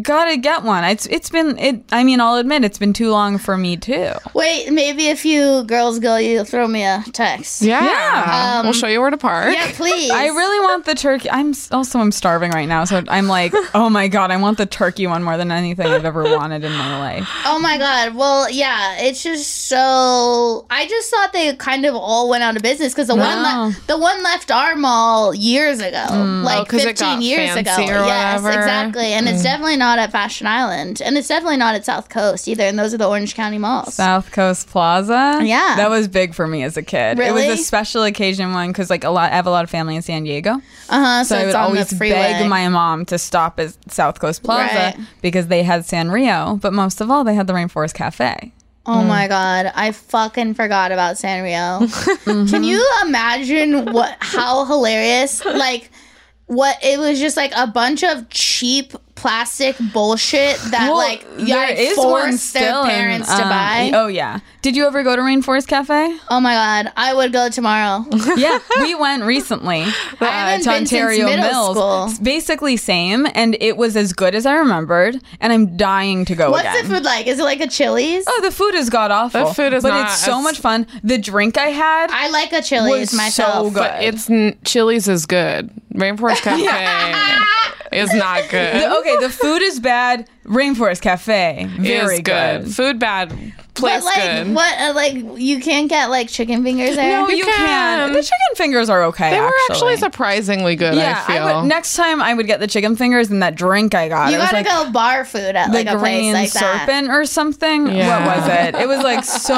B: gotta get one. It's it's been it. I mean, I'll admit it's been too long for me too.
D: Wait, maybe if you girls go, you throw me a text.
C: Yeah,
B: Yeah.
C: we'll show you where to park.
D: Yeah, please.
B: I really want the turkey. I'm s- also I'm starving right now, so I'm like, oh my god, I want the turkey one more than anything I've ever wanted in my life.
D: Oh my god. Well, yeah, it's just so I just thought they kind of all went out of business because the one
B: Wow.
D: le- the one left our mall years ago,
C: Oh,
B: Mm,
D: like
C: 'cause it
D: 15
C: got
D: years ago.
C: fancy or
D: yes,
C: whatever.
D: exactly. And
B: Mm.
D: it's definitely not at Fashion Island, and it's definitely not at South Coast either. And those are the Orange County malls.
B: South Coast Plaza.
D: Yeah.
B: that was big for me as a kid. It
D: Really?
B: was a special occasion one because like a lot, I have a lot of family in San Diego.
D: Uh huh.
B: So, I
D: So, it's
B: would
D: on
B: always
D: the freeway.
B: beg my mom to stop at South Coast Plaza
D: Right.
B: because they had Sanrio, but most of all, they had the Rainforest Cafe.
D: Oh
B: Mm.
D: my god, I fucking forgot about Sanrio.
B: Mm-hmm.
D: Can you imagine what how hilarious like what it was just like a bunch of cheap plastic bullshit that like yeah forced their
B: in,
D: parents to
B: um,
D: buy.
B: Oh yeah. Did you ever go to Rainforest Cafe?
D: Oh my god, I would go tomorrow.
B: yeah, we went recently uh,
D: haven't
B: to
D: been since
B: Ontario
D: middle
B: Mills.
D: school.
B: It's Basically same, and it was as good as I remembered, and I'm dying to go
D: What's
B: again.
D: the food like? Is it like a Chili's?
B: Oh, the food is god awful.
C: The food is
B: but
C: not
B: it's so
C: as-
B: much fun. The drink I had,
D: I like a
B: was
D: Chili's myself.
B: so good.
C: But it's n- Chili's is good. Rainforest Cafe is not good.
B: The- okay, the food is bad. Rainforest Cafe,
C: Is
B: very good.
C: Food bad. place
D: but like
C: good.
D: what? Uh, like you can't get like chicken fingers there.
B: No, you can.
C: can.
B: The chicken fingers are okay.
C: They were
B: actually,
C: actually surprisingly good.
B: yeah.
C: I feel.
B: would, next time I would get the chicken fingers and that drink I got.
D: You
B: it was
D: gotta
B: like
D: go bar food at
B: the
D: like a
B: green
D: place like that.
B: serpent or something.
C: Yeah. Oh,
B: What was it? It was like so fucking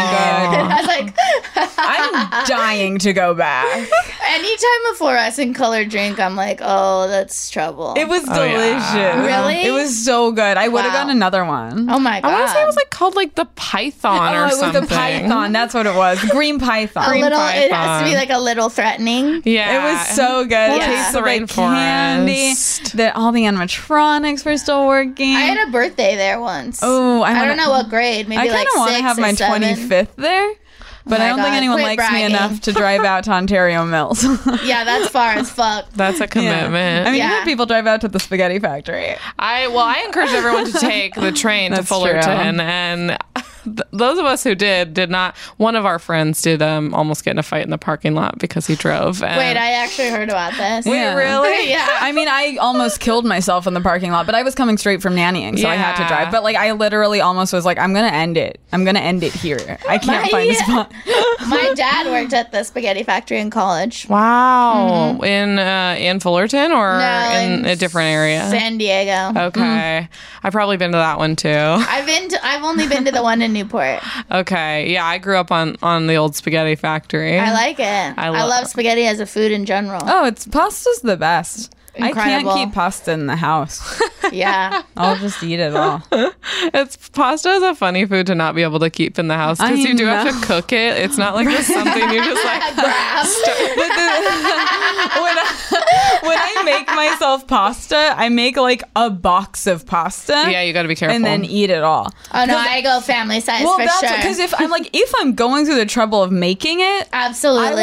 B: good.
D: I was like,
B: I'm dying to go back.
D: anytime a fluorescent colored drink, I'm like, oh, that's trouble.
B: It was
C: Oh, yeah.
B: delicious.
D: Really?
B: It was so good. I would have
D: Wow.
B: gotten another one.
D: oh my god.
C: I want to say it was like called like the Python
B: Oh,
C: or
B: it was
C: something.
B: the python. That's what it was. Green python.
D: a little. It has to
C: python.
D: be like a little threatening.
B: It
C: Yeah,
B: was so good. It
D: Yeah.
B: tasted
C: The
B: like candy.
C: rainforest.
B: That all the animatronics were still working.
D: I had a birthday there once.
B: oh, I,
D: I,
B: wanna,
D: don't know what grade. Maybe
B: I kind
D: like
B: of want
D: six
B: to have
D: or
B: my
D: seven. Oh
B: twenty fifth there, but
D: my
B: I don't think
D: God.
B: anyone
D: Quit
B: likes
D: bragging.
B: me enough to drive out to Ontario Mills.
D: Yeah, that's far as fuck.
C: That's a
B: Yeah.
C: commitment.
B: I mean, you
D: Yeah.
B: had people drive out to the spaghetti factory.
C: I well, I encourage everyone to take the train to
B: That's
C: Fullerton,
B: true.
C: and th- those of us who did did not. One of our friends did um, almost get in a fight in the parking lot because he drove. And
D: Wait, I actually heard about this.
B: Yeah. really?
D: Yeah.
B: I mean, I almost killed myself in the parking lot, but I was coming straight from nannying, so I had to
C: Yeah.
B: drive. But like, I literally almost was like, "I'm gonna end it. I'm gonna end it here. I can't
D: My-
B: find a spot."
D: My dad worked at the spaghetti factory in college.
C: wow in uh, in Fullerton or
D: No,
C: in,
D: in
C: a different area. Oh.
D: San Mm-hmm. Diego.
C: okay, I've probably been to that one too.
D: I've been. To, I've only been to the one in Newport.
C: Okay, yeah, I grew up on on the old spaghetti factory.
D: I like it. I,
C: lo-
D: love spaghetti as a food in general.
B: Oh, it's pasta's the best. I
D: Incredible.
B: can't keep pasta in the house.
D: Yeah.
B: I'll just eat it all.
C: It's pasta is a funny food to not be able to keep in the house
B: I
C: because you do have
B: know.
C: to cook it. It's not like just something you just like
D: Grab.
B: But the, when, I, when I make myself pasta, I make like a box of pasta.
C: Yeah, you got to be careful.
B: and then eat it all.
D: Oh no, I go family size
B: well,
D: for
B: that's
D: sure.
B: because if I'm like if I'm going through the trouble of making it,
D: Absolutely.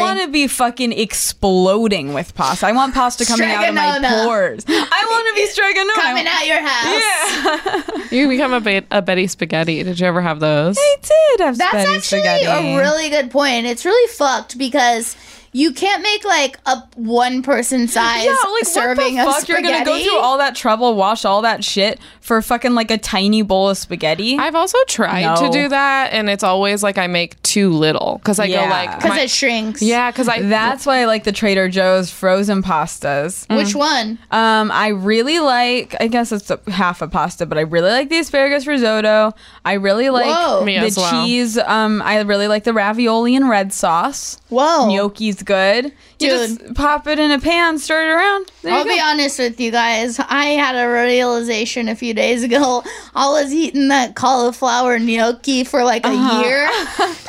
B: I want to be fucking exploding with pasta. I want pasta coming out of my
D: Stregonona.
B: pores. I want to be stregonona.
D: coming out your house.
B: Yeah,
C: you become a, ba- a Betty Spaghetti. Did you ever have those?
B: I did have
D: That's
B: spaghetti.
D: actually
B: spaghetti.
D: a really good point. and It's really fucked because you can't make like a one person size
B: yeah, like
D: serving
B: what the fuck?
D: of spaghetti.
B: You're gonna go through all that trouble, wash all that shit for fucking like a tiny bowl of spaghetti.
C: I've also tried
B: No.
C: to do that, and it's always like I make too little because I
B: Yeah.
C: go like,
D: because
C: my-
D: it shrinks.
C: yeah, because I
B: That's why I like the Trader Joe's frozen pastas.
D: Which one?
B: Um, I really like. I guess it's a, half a pasta, but I really like the asparagus risotto. I really like
D: Whoa.
C: Me as
B: the
C: well.
B: cheese. Um, I really like the ravioli and red sauce.
D: Whoa.
B: Gnocchi's good. You
D: Dude.
B: just pop it in a pan, stir it around. There
D: I'll
B: you go.
D: be honest with you guys. I had a realization a few days ago. I was eating that cauliflower gnocchi for like a year,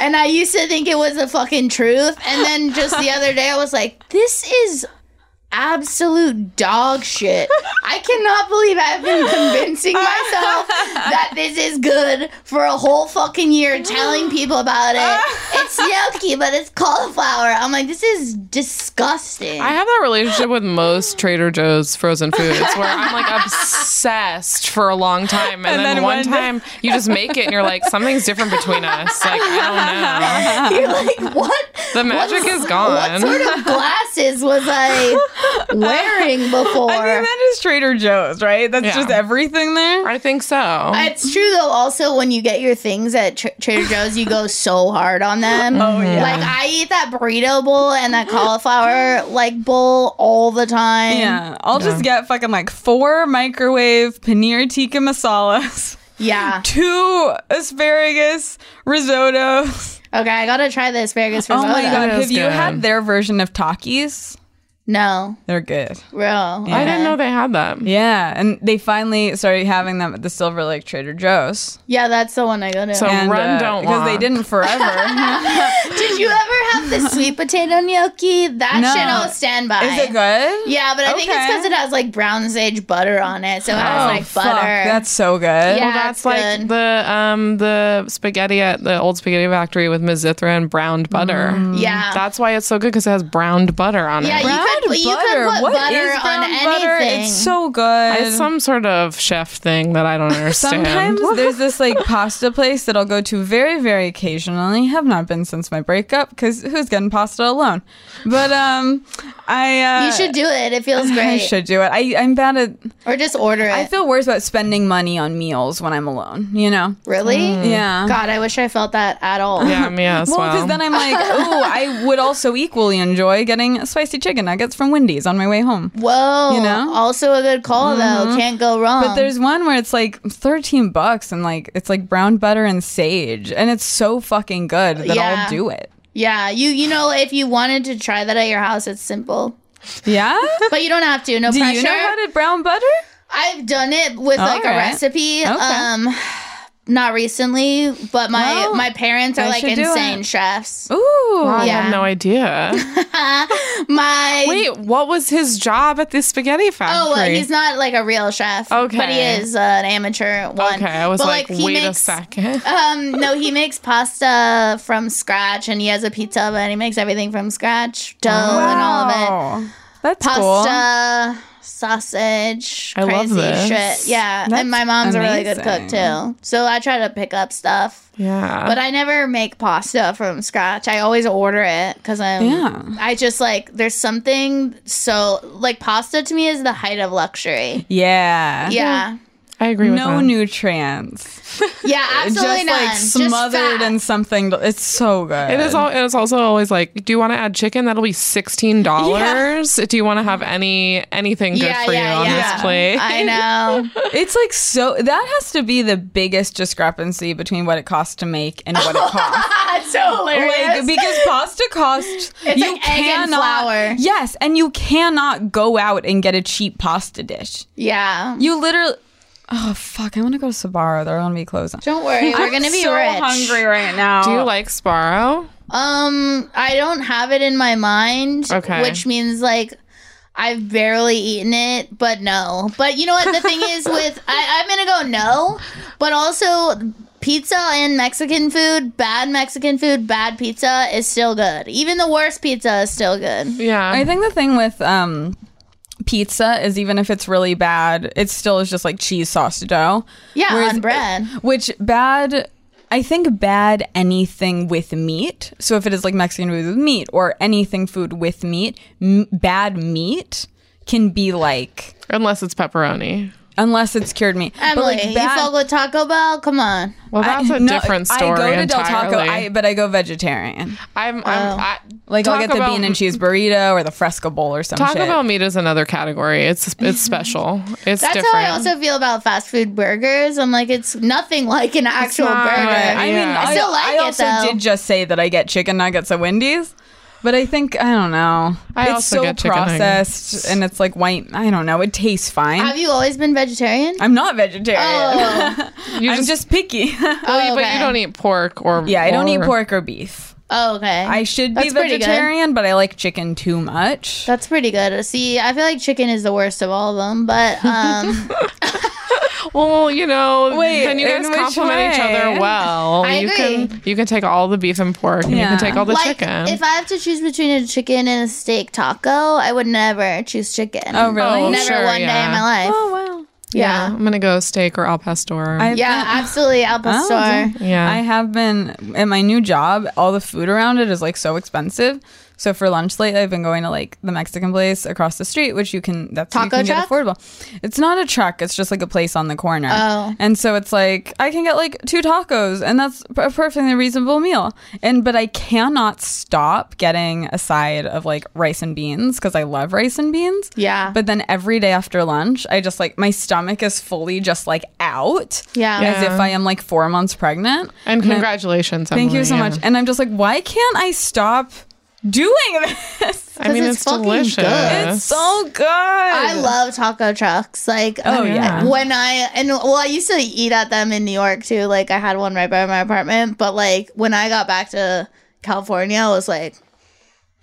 D: and I used to think it was the fucking truth. And then just the other day, I was like, "This is absolute dog shit." I cannot believe I've been convincing myself that this is good for a whole fucking year, telling people about it. It's gnocchi, but it's cauliflower. I'm like, this is disgusting.
C: I have that relationship with most Trader Joe's frozen foods where I'm like obsessed for a long time, and,
B: And
C: then,
B: then
C: one
B: one day-
C: time you just make it, and you're like, something's different between us. Like I don't know.
D: You're like, what?
C: The magic
D: what-
C: is gone.
D: What sort of glasses was I wearing before?
B: I mean, that is Trader Joe's, right? That's
C: Yeah.
B: just everything there.
C: I think so.
D: it's true though. Also, when you get your things at Tr- Trader Joe's, you go so hard on them. Oh
B: yeah.
D: Like I eat that burrito bowl and that cauliflower like bowl all the time.
B: Yeah, I'll just get fucking like four microwave paneer tikka masalas,
D: Yeah.
B: two asparagus risottos.
D: Okay, I gotta try the asparagus
B: Oh
D: risotto.
B: my god,
C: That
B: have
C: is
B: you
C: good.
B: had their version of Takis?
D: No,
B: They're good.
D: real.
C: I didn't know they had that.
B: Yeah, and they finally started having them at the Silver Lake Trader Joe's.
D: Yeah, that's the one I go to.
C: So-
B: And, uh,
C: run, don't
B: because they
C: walk.
B: didn't forever.
D: Did you ever have the sweet potato gnocchi? That
B: No.
D: shit I'll stand by.
B: Is it good?
D: Yeah, but I think it's
B: Okay.
D: because it has like brown sage butter on it, so it has like
B: Oh, fuck,
D: butter.
B: that's so good.
D: yeah,
C: That's
D: it's
C: like
D: good.
C: the um the spaghetti at the old spaghetti factory with Mizithra and browned butter.
D: Mm. yeah,
B: Mm,
C: That's why it's so good because it has browned butter on
D: yeah.
C: it.
D: You could
B: Bread butter.
D: But you could put
B: What
D: butter
B: is
D: on
B: brown butter?
D: anything.
B: It's so good.
C: It's some sort of chef thing that I don't understand.
B: Sometimes there's this like pasta place that I'll go to very, very occasionally. Have not been since my breakup because who's getting pasta alone? But um, I uh,
D: you should do it. It feels
B: I
D: great.
B: should do it. I I'm bad at.
D: Or just order it.
B: I feel worse about spending money on meals when I'm alone. You know.
D: really?
B: Yeah.
D: God, I wish I felt that at all.
C: yeah, me as well.
B: Well, because then I'm like, oh, I would also equally enjoy getting spicy chicken nuggets from Wendy's on my way home.
D: Whoa.
B: You know?
D: Also a good call though. Can't go wrong.
B: But there's one where it's like 13 bucks and like it's like brown butter and sage and it's so fucking good that
D: Yeah.
B: I'll do it.
D: yeah, you you know if you wanted to try that at your house, it's simple.
B: Yeah?
D: But you don't have to. No
B: do
D: pressure.
B: you know how to brown butter?
D: I've done it with
B: All
D: like a
B: right.
D: recipe.
B: Okay.
D: Um not recently, but my
B: Well,
D: my parents are
B: I
D: like
B: should do
D: insane
B: it.
D: chefs.
B: Ooh.
C: I
D: yeah.
C: have no idea.
B: Oh,
D: my
C: Wait, what was his job at this spaghetti factory?
D: Oh, uh, he's not like a real chef. But he
C: Okay.
D: is uh, an amateur one.
C: Okay, I was
D: but,
C: like,
D: he
C: wait a
D: makes,
C: second.
D: Um, no, he makes pasta from scratch and he has a pizza oven. He makes everything from scratch dough and all of it.
B: Wow. That's cool.
D: Pasta, sausage,
C: I love
D: crazy
C: this.
D: shit. Yeah.
B: That's
D: and my mom's a really good cook
B: amazing. Oh.
D: too. So I try to pick up stuff.
C: yeah.
D: But I never make pasta from scratch. I always order it because I'm.
B: Yeah.
D: I just like there's something so like pasta to me is the height of luxury.
B: Yeah.
D: Yeah,
C: I agree with
B: No
C: that.
B: nutrients.
D: yeah, absolutely
B: Just
D: not.
B: like smothered in something. to- It's so good.
C: It is all. It's also always like, do you want to add chicken? That'll be sixteen dollars. Do you want to have any anything good
D: yeah,
C: for
D: yeah,
C: you on
D: yeah.
C: this plate?
D: I know.
B: It's like so. That has to be the biggest discrepancy between what it costs to make and what it costs.
D: That's so
B: like because pasta costs
D: It's
B: you
D: like egg
B: cannot
D: and flour.
B: yes and you cannot go out and get a cheap pasta dish
D: yeah.
B: you literally oh fuck i want to go to sabaro they're gonna be closed
D: Don't worry, we're gonna be
B: so
D: rich.
B: hungry right now
C: do you like Sparrow?
D: Um, I don't have it in my mind.
C: Okay.
D: Which means like I've barely eaten it, but no. But you know what? The thing is with I, I'm gonna go no, but also pizza and Mexican food, bad Mexican food, bad pizza is still good. Even the worst pizza is still good.
C: Yeah.
B: i think the thing with um pizza is even if it's really bad it still is just like cheese sauce dough
D: Yeah,
B: Whereas-
D: on bread.
B: Which bad I think bad anything with meat. So if it is like Mexican food with meat or anything food with meat, m- bad meat can be like
C: Unless it's pepperoni.
B: unless it's cured meat. But,
D: Emily,
B: like,
D: you fuck with Taco Bell? Come on.
C: Well, that's a
B: a
C: different story
B: I go to Del Taco,
C: entirely.
B: I, but I go vegetarian.
C: I'm, I'm I,
B: Like I'll get
C: Taco
B: the
C: Bell-
B: bean and cheese burrito or the fresco bowl or some
C: Taco
B: shit.
C: Bell meat is another category. It's it's special. It's
D: That's
C: different.
D: how I also feel about fast food burgers. I'm like, it's nothing like an actual
C: not,
D: burger.
C: right.
B: I mean,
C: Yeah.
B: I,
D: I still like
B: I
D: it,
B: also
D: though.
B: did just say that I get chicken nuggets at Wendy's, but I think I don't know.
C: I
B: it's
C: also
B: so
C: get chicken nuggets.
B: processed and it's like white. I don't know. It tastes fine.
D: Have you always been vegetarian?
B: I'm not vegetarian.
D: Oh,
C: you
B: I'm just picky.
D: oh
C: but you don't e- eat pork or
B: yeah, I don't eat
C: or-
B: pork or beef.
D: Oh, okay.
B: I should be
D: That's pretty good.
B: vegetarian, but I like chicken too much.
D: That's pretty good. See, I feel like chicken is the worst of all of them, but um,
C: Well, you know,
B: Wait,
C: then you
B: in
C: guys
B: which
C: complement each
B: way?
C: other well.
D: I
C: you
D: agree.
C: can you can take all the beef and pork, and you
B: Yeah.
C: can take all the
D: like
C: chicken.
D: if I have to choose between a chicken and a steak taco, I would never choose chicken.
B: oh, really?
C: Oh,
D: Never
C: sure,
D: one day
C: yeah.
D: in my life.
B: Oh, wow.
D: yeah.
C: I'm gonna go steak or al pastor.
B: I've
D: Yeah,
B: been-
D: absolutely. Al
B: Oh,
D: pastor.
B: okay.
C: Yeah.
B: I have been at my new job. All the food around it is like so expensive. So for lunch lately, I've been going to like the Mexican place across the street, which you can that's you
D: Taco
B: can get
D: truck?
B: affordable. It's not a truck; it's just like a place on the corner.
D: Oh.
B: and so it's like I can get like two tacos, and that's a perfectly reasonable meal. And but I cannot stop getting a side of like rice and beans because I love rice and beans.
D: Yeah.
B: But then every day after lunch, I just like my stomach is fully just like out.
D: Yeah.
B: As if I am like four months pregnant.
C: and congratulations,
B: Thank
C: Emily,
B: you so
C: Oh, yeah.
B: much. And I'm just like, why can't I stop doing this?
C: I mean,
D: it's
C: it's,
D: fucking
C: delicious.
D: good.
B: It's so good. I
D: I love taco trucks. Like, oh
B: yeah.
D: When I and well, I used to eat at them in New York too. Like, I had one right by my apartment. But like, when I got back to California, I was like,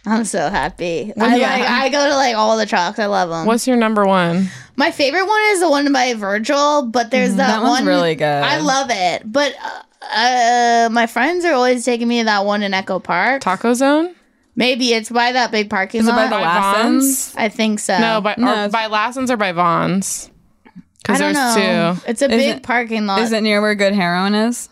D: I'm so happy. I
B: yeah.
D: like, I go to like all the trucks. I love them.
C: What's your number one?
D: My favorite one is the one by Virgil, but there's that,
B: Mm, that one's
D: one.
B: really good.
D: I love it, but. Uh, uh, my friends are always taking me to that one in Echo Park.
C: Taco Zone?
D: Maybe it's by that big parking
B: Is it
D: lot.
B: by the
C: By
B: Lassen's?
C: Vons?
D: I think so.
C: No, by,
B: No,
C: or
B: it's-
C: by Lassen's or by Vaughn's?
D: I
C: Because
D: don't
C: there's
D: know.
C: two.
D: It's a
B: Is
D: big
B: it-
D: parking lot.
B: Is it near where Good Heroin is?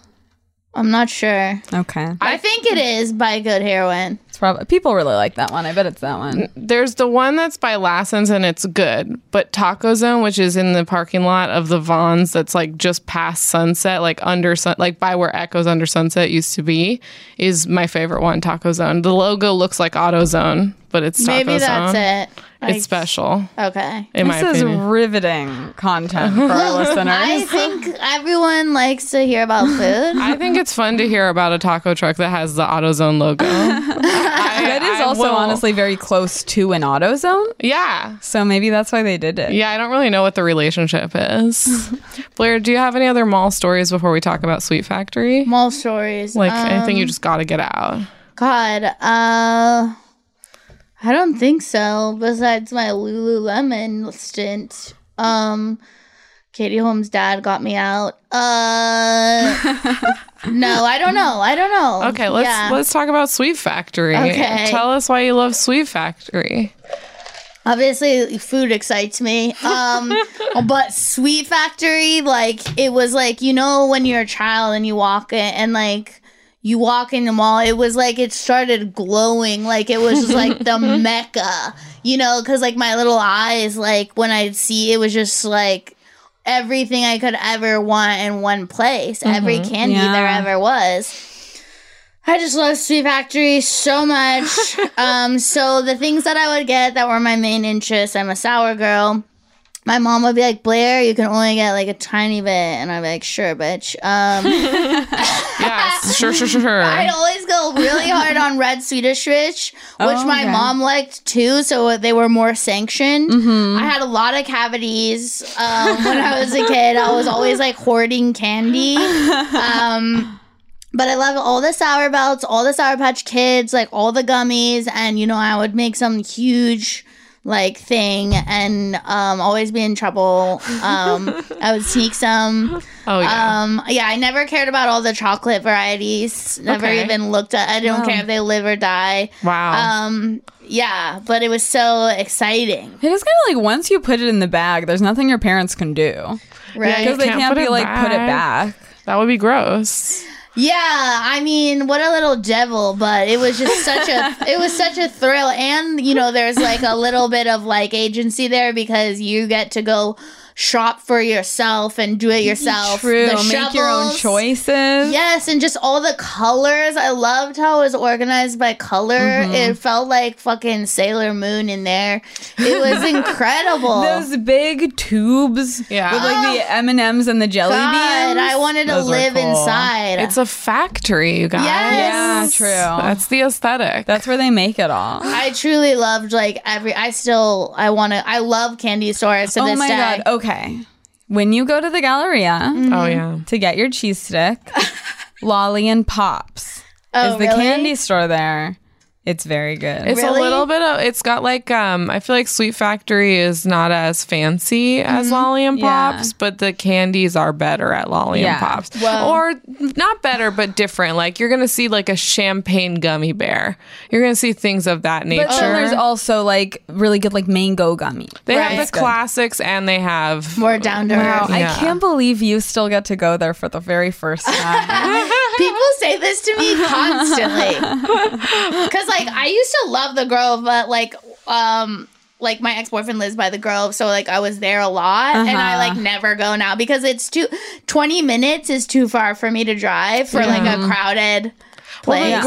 D: I'm not sure.
B: Okay.
D: I think it is by Good Heroin.
B: It's probably people really like that one. I bet it's that one.
C: There's the one that's by Lassen's and it's good, but Taco Zone, which is in the parking lot of the Vaughn's, that's like just past Sunset, like under sun, like by where Echoes Under Sunset used to be, is my favorite one. Taco Zone. The logo looks like AutoZone, but it's Taco
D: Maybe
C: Zone.
D: that's it. Like,
C: It's special,
D: Okay.
C: in my
B: This is
C: opinion.
B: riveting content for our
D: I
B: listeners.
D: think everyone likes to hear about food.
C: I think it's fun to hear about a taco truck that has the AutoZone logo.
B: That is
C: I
B: also
C: will-
B: honestly very close to an auto zone,
C: Yeah.
B: so maybe that's why they did it.
C: Yeah, I don't really know what the relationship is. Blair, do you have any other mall stories before we talk about Sweet Factory?
D: Mall stories.
C: Like eh.
D: Um,
C: anything you just got to get out.
D: God, uh, I don't think so. Besides my Lululemon stint, um, Katie Holmes' dad got me out. Uh, no, I don't know. I don't know.
C: Okay, let's
D: Yeah.
C: let's talk about Sweet Factory.
D: Okay.
C: Tell us why you love Sweet Factory.
D: Obviously, food excites me. Um, but Sweet Factory, like it was like you know when you're a child and you walk it and like you walk in the mall, it was like it started glowing, like it was just like the mecca, you know, because like my little eyes, like when I'd see it was just like everything I could ever want in one place, every candy there
B: Yeah.
D: ever was. I just love Sweet Factory so much. um, so the things that I would get that were my main interests, I'm a sour girl. My mom would be like, Blair, you can only get like a tiny bit. And I'd be like, sure, bitch. Um,
C: Yes, sure, sure, sure, sure.
D: I'd always go really hard on red Swedish fish, which my
B: okay.
D: mom liked too. So they were more sanctioned. I had a lot of cavities um, when I was a kid. I was always like hoarding candy. Um, but I love all the Sour Belts, all the Sour Patch Kids, like all the gummies, and you know I would make some huge like thing and um, always be in trouble. Um, I would sneak some.
C: Oh yeah.
D: Um, yeah, I never cared about all the chocolate varieties. Never
C: Okay.
D: even looked at. I don't care if they live or die.
C: wow.
D: Um, yeah, but it was so exciting,
B: It is kind of like once you put it in the bag, there's nothing your parents can do
D: right?
B: because they
C: can't
B: can't
C: put
B: be
C: it
B: like put it
C: back.
B: back.
C: that would be gross.
D: Yeah, I mean, what a little devil, but it was just such a it was such a thrill and you know there's like a little bit of like agency there because you get to go shop for yourself and do it yourself.
B: True,
D: The
B: make your own
D: shovels.
B: choices.
D: Yes, and just all the colors. I loved how it was organized by color.
B: Mm-hmm.
D: It felt like fucking Sailor Moon in there. It was incredible.
B: Those big tubes
C: Yeah.
B: with like the M and M's and the jelly
D: God,
B: beans.
D: I wanted to
B: Those are
D: live
B: cool.
D: inside.
C: It's a factory, you guys.
D: Yes.
B: Yeah, true.
C: That's the aesthetic.
B: That's where they make it all.
D: I truly loved like every. I still I want to. I love candy stores to
B: oh
D: this
B: my
D: day. Mm.
B: god. Okay. When you go to the Galleria
C: oh yeah.
B: to get your cheese stick, Lolly and Pops
D: Oh,
B: is the
D: really?
B: candy store there. It's very good.
C: It's
D: Really?
C: a little bit of it's got like um I feel like Sweet Factory is not as fancy as Lolly and
B: Mm-hmm. Yeah.
C: Pops, but the candies are better at Lolly
B: Yeah.
C: and Pops. Or not better but different. Like you're gonna see like a champagne gummy bear. You're gonna see things of that nature.
B: but then there's also like really good like mango gummy.
C: they
D: Right.
C: have
D: It's
C: the classics and they have
D: More down to
B: Wow,
D: earth.
B: I
C: Yeah.
B: can't believe you still get to go there for the very first time.
D: People say this to me constantly. Cause like I used to love the Grove, but like um like my ex boyfriend lives by the Grove, so like I was there a lot and I
C: Uh-huh.
D: like never go now because it's too 20 minutes is too far for me to drive for like a crowded place.
C: Well, the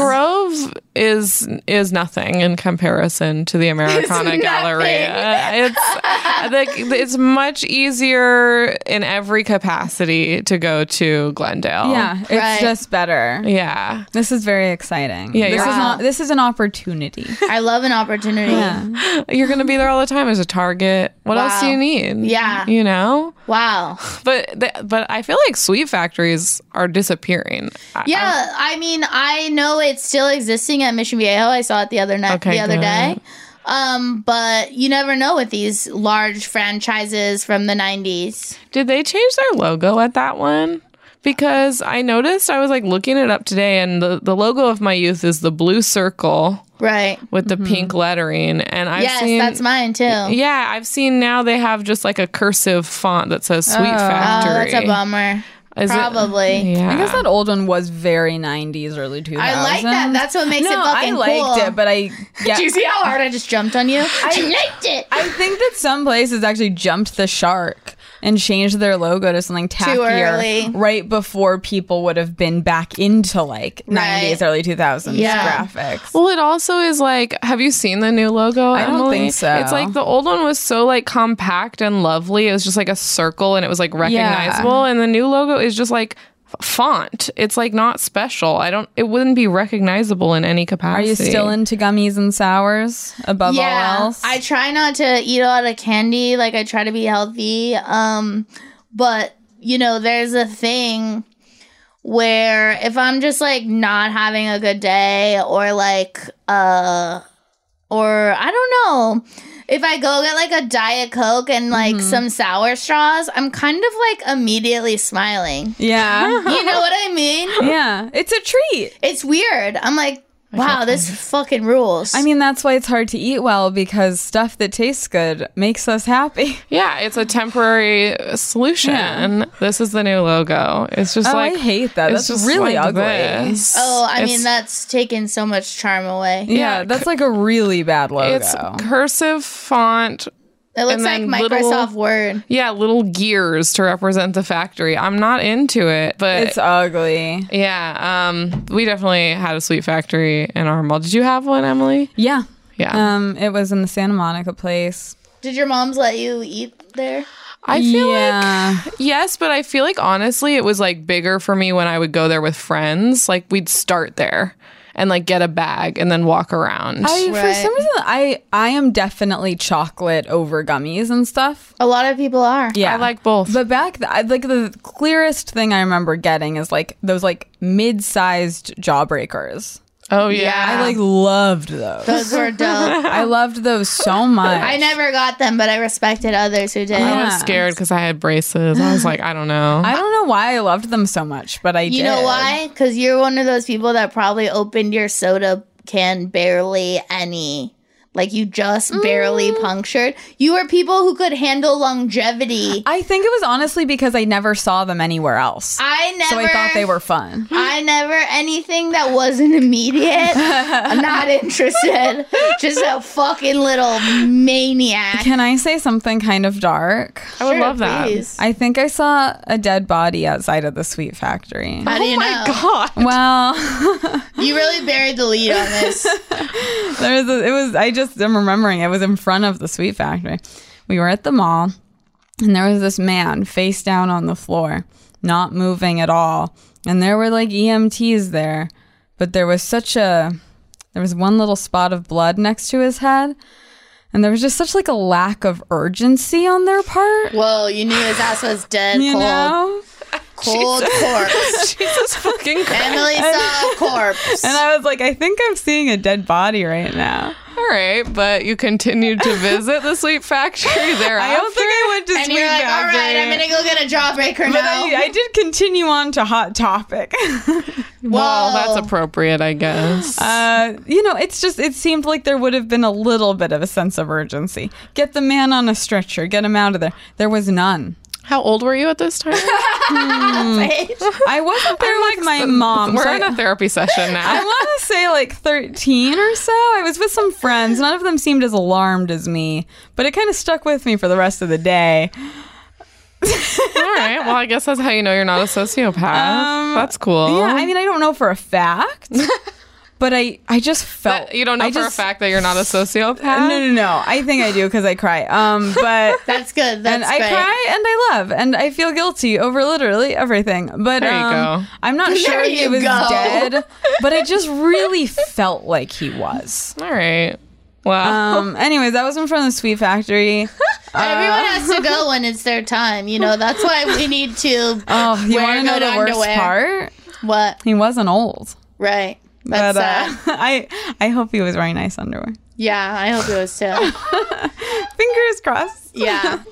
C: Grove is is nothing in comparison to the Americana Galleria. It's uh, like it's much easier in every capacity to go to Glendale.
B: yeah, it's
D: Right.
B: just better.
C: Yeah.
B: This is very exciting. Yeah, this
C: you're-
B: is not this is an opportunity.
D: I love an opportunity.
C: You're going to be there all the time as a target. What else do
D: Wow.
C: you need?
D: Yeah.
C: You know?
D: Wow.
C: But th- but I feel like sweet factories are disappearing. I-
D: Yeah, I mean, I know it's still existing at Mission Viejo. I saw it the other night,
C: Okay,
D: the other
C: good.
D: day. Um, but you never know with these large franchises from the '90s.
C: Did they change their logo at that one? Because I noticed I was like looking it up today, and the, the logo of my youth is the blue circle
D: Right.
C: with the
B: Mm-hmm.
C: pink lettering. And I've
D: yes,
C: seen
D: that's mine too.
C: Yeah, I've seen now they have just like a cursive font that says Sweet
D: Oh,
C: Factory.
D: that's a bummer.
C: Is it-
D: Probably.
C: Yeah.
B: I guess that old one was very 90s, early 2000s.
D: I like that. That's what makes
B: no,
D: it
B: I
D: fucking
B: liked
D: cool.
B: it, but I yeah,
D: Do you see how hard I just jumped on you? I liked it.
B: I think that some places actually jumped the shark and changed their logo to something tackier
D: early.
B: right before people would have been back into like 90s, early 2000s
D: Yeah.
B: graphics.
C: Well, it also is like, have you seen the new logo?
B: I don't
C: Emily?
B: think so.
C: It's like the old one was so like compact and lovely. It was just like a circle and it was like recognizable. And the new logo is just like f- font. It's like not special. I don't. It wouldn't be recognizable in any
B: Are
C: capacity.
B: you still into gummies and sours above all else?
D: I try not to eat a lot of candy. Like I try to be healthy. Um, but you know, there's a thing where if I'm just like not having a good day or like uh or I don't know. If I go get like a Diet Coke and like
B: Mm-hmm.
D: some sour straws, I'm kind of like immediately smiling.
B: yeah.
D: You know what I mean?
B: yeah. It's a treat.
D: It's weird. I'm like, wow, this fucking rules.
B: I mean, that's why it's hard to eat well because stuff that tastes good makes us happy.
C: Yeah, it's a temporary solution. This is the new logo. It's just
B: Oh,
C: like
B: I hate that.
C: it's
B: That's really ugly.
C: this.
D: Oh, I
C: It's-
D: mean, that's taken so much charm away.
B: Yeah,
C: Yeah,
B: that's like a really bad logo.
C: it's cursive font.
D: It looks
C: And
D: like
C: then little-
D: Microsoft Word.
C: Yeah, little gears to represent the factory. I'm not into it, but
B: it's ugly.
C: yeah, um, we definitely had a sweet factory in our mall. Did you have one, Emily?
B: Yeah.
C: Yeah,
B: Um, it was in the Santa Monica place.
D: Did your moms let you eat there?
C: I feel
B: yeah.
C: like yes, but I feel like honestly, it was like bigger for me when I would go there with friends. Like we'd start there and like get a bag and then walk around.
B: I, for
D: Right.
B: some reason, I I am definitely chocolate over gummies and stuff.
D: A lot of people are.
B: Yeah,
C: I like both.
B: But back, th- I- like the clearest thing I remember getting is like those like mid-sized jawbreakers.
C: oh yeah.
B: I like loved those.
D: Those were dope.
B: I loved those so much.
D: I never got them, but I respected others who did.
C: I
B: Yeah.
C: was scared because I had braces. I was like, I don't know.
B: I don't know why I loved them so much, but I did.
D: You know why? Because you're one of those people that probably opened your soda can barely any. Like you just barely
B: Mm.
D: punctured. You were people who could handle longevity.
B: I think it was honestly because I never saw them anywhere else.
D: I never.
B: so I thought they were fun.
D: I never anything that wasn't immediate. I'm not interested. Just a fucking little maniac.
B: Can I say something kind of dark?
C: I would love that.
B: I think I saw a dead body outside of the sweet factory.
D: How do you know?
C: God.
B: Well,
D: You really buried the lead on this.
B: there was a, it was I just am remembering it was in front of the sweet factory. We were at the mall and there was this man face down on the floor, not moving at all. And there were like EMTs there, but there was such a there was one little spot of blood next to his head. And there was just such like a lack of urgency on their part.
D: Whoa, you knew his ass was dead
B: You
D: cold.
B: know?
D: Cold corpse.
C: Jesus fucking Christ.
D: Emily saw a corpse.
B: And I was like, I think I'm seeing a dead body right now.
C: All right, but you continued to visit the Sweet Factory
B: I
C: thereafter.
B: don't think I went to
D: And
B: Sweet
D: you're like, all
B: Factory.
D: right, I'm gonna go get a jawbreaker
B: But
D: now.
B: I, I did continue on to Hot Topic.
C: well,
D: Whoa.
C: that's appropriate, I guess.
B: Uh, you know, it's just, it seemed like there would have been a little bit of a sense of urgency. Get the man on a stretcher, get him out of there. There was none.
C: How old were you at this time?
B: I wasn't there with my mom.
C: We're
B: so
C: in
B: I-
C: a therapy
B: I
C: session now.
B: want to say like 13 or so. I was with some friends. None of them seemed as alarmed as me, but it kind of stuck with me for the rest of the day.
C: All right. Well, I guess that's how you know you're not a sociopath.
B: Um,
C: that's cool.
B: Yeah, I mean, I don't know for a fact, but I, I just felt.
C: That- you don't know
B: I
C: for
B: just-
C: a fact that you're not a sociopath.
B: No, no, no. I think I do because I cry. Um, but
D: That's good. That's
B: and I
D: great.
B: cry and I love and I feel guilty over literally everything. But
C: There you
B: um,
C: go.
B: I'm not sure he
D: you
B: was
D: go.
B: dead, but I just really felt like he was.
C: All right. Well,
B: Um. Anyways, that was in front of the Sweet Factory. Uh,
D: Everyone has to go when it's their time. You know, that's why we need to
B: Oh, you
D: Wear
B: want to know
D: good
B: the worst
D: underwear.
B: part?
D: what?
B: He wasn't old.
D: Right. That's uh,
B: but
D: sad.
B: uh, I I hope he was wearing nice underwear.
D: Yeah, I hope it was too.
B: Fingers crossed.
D: Yeah.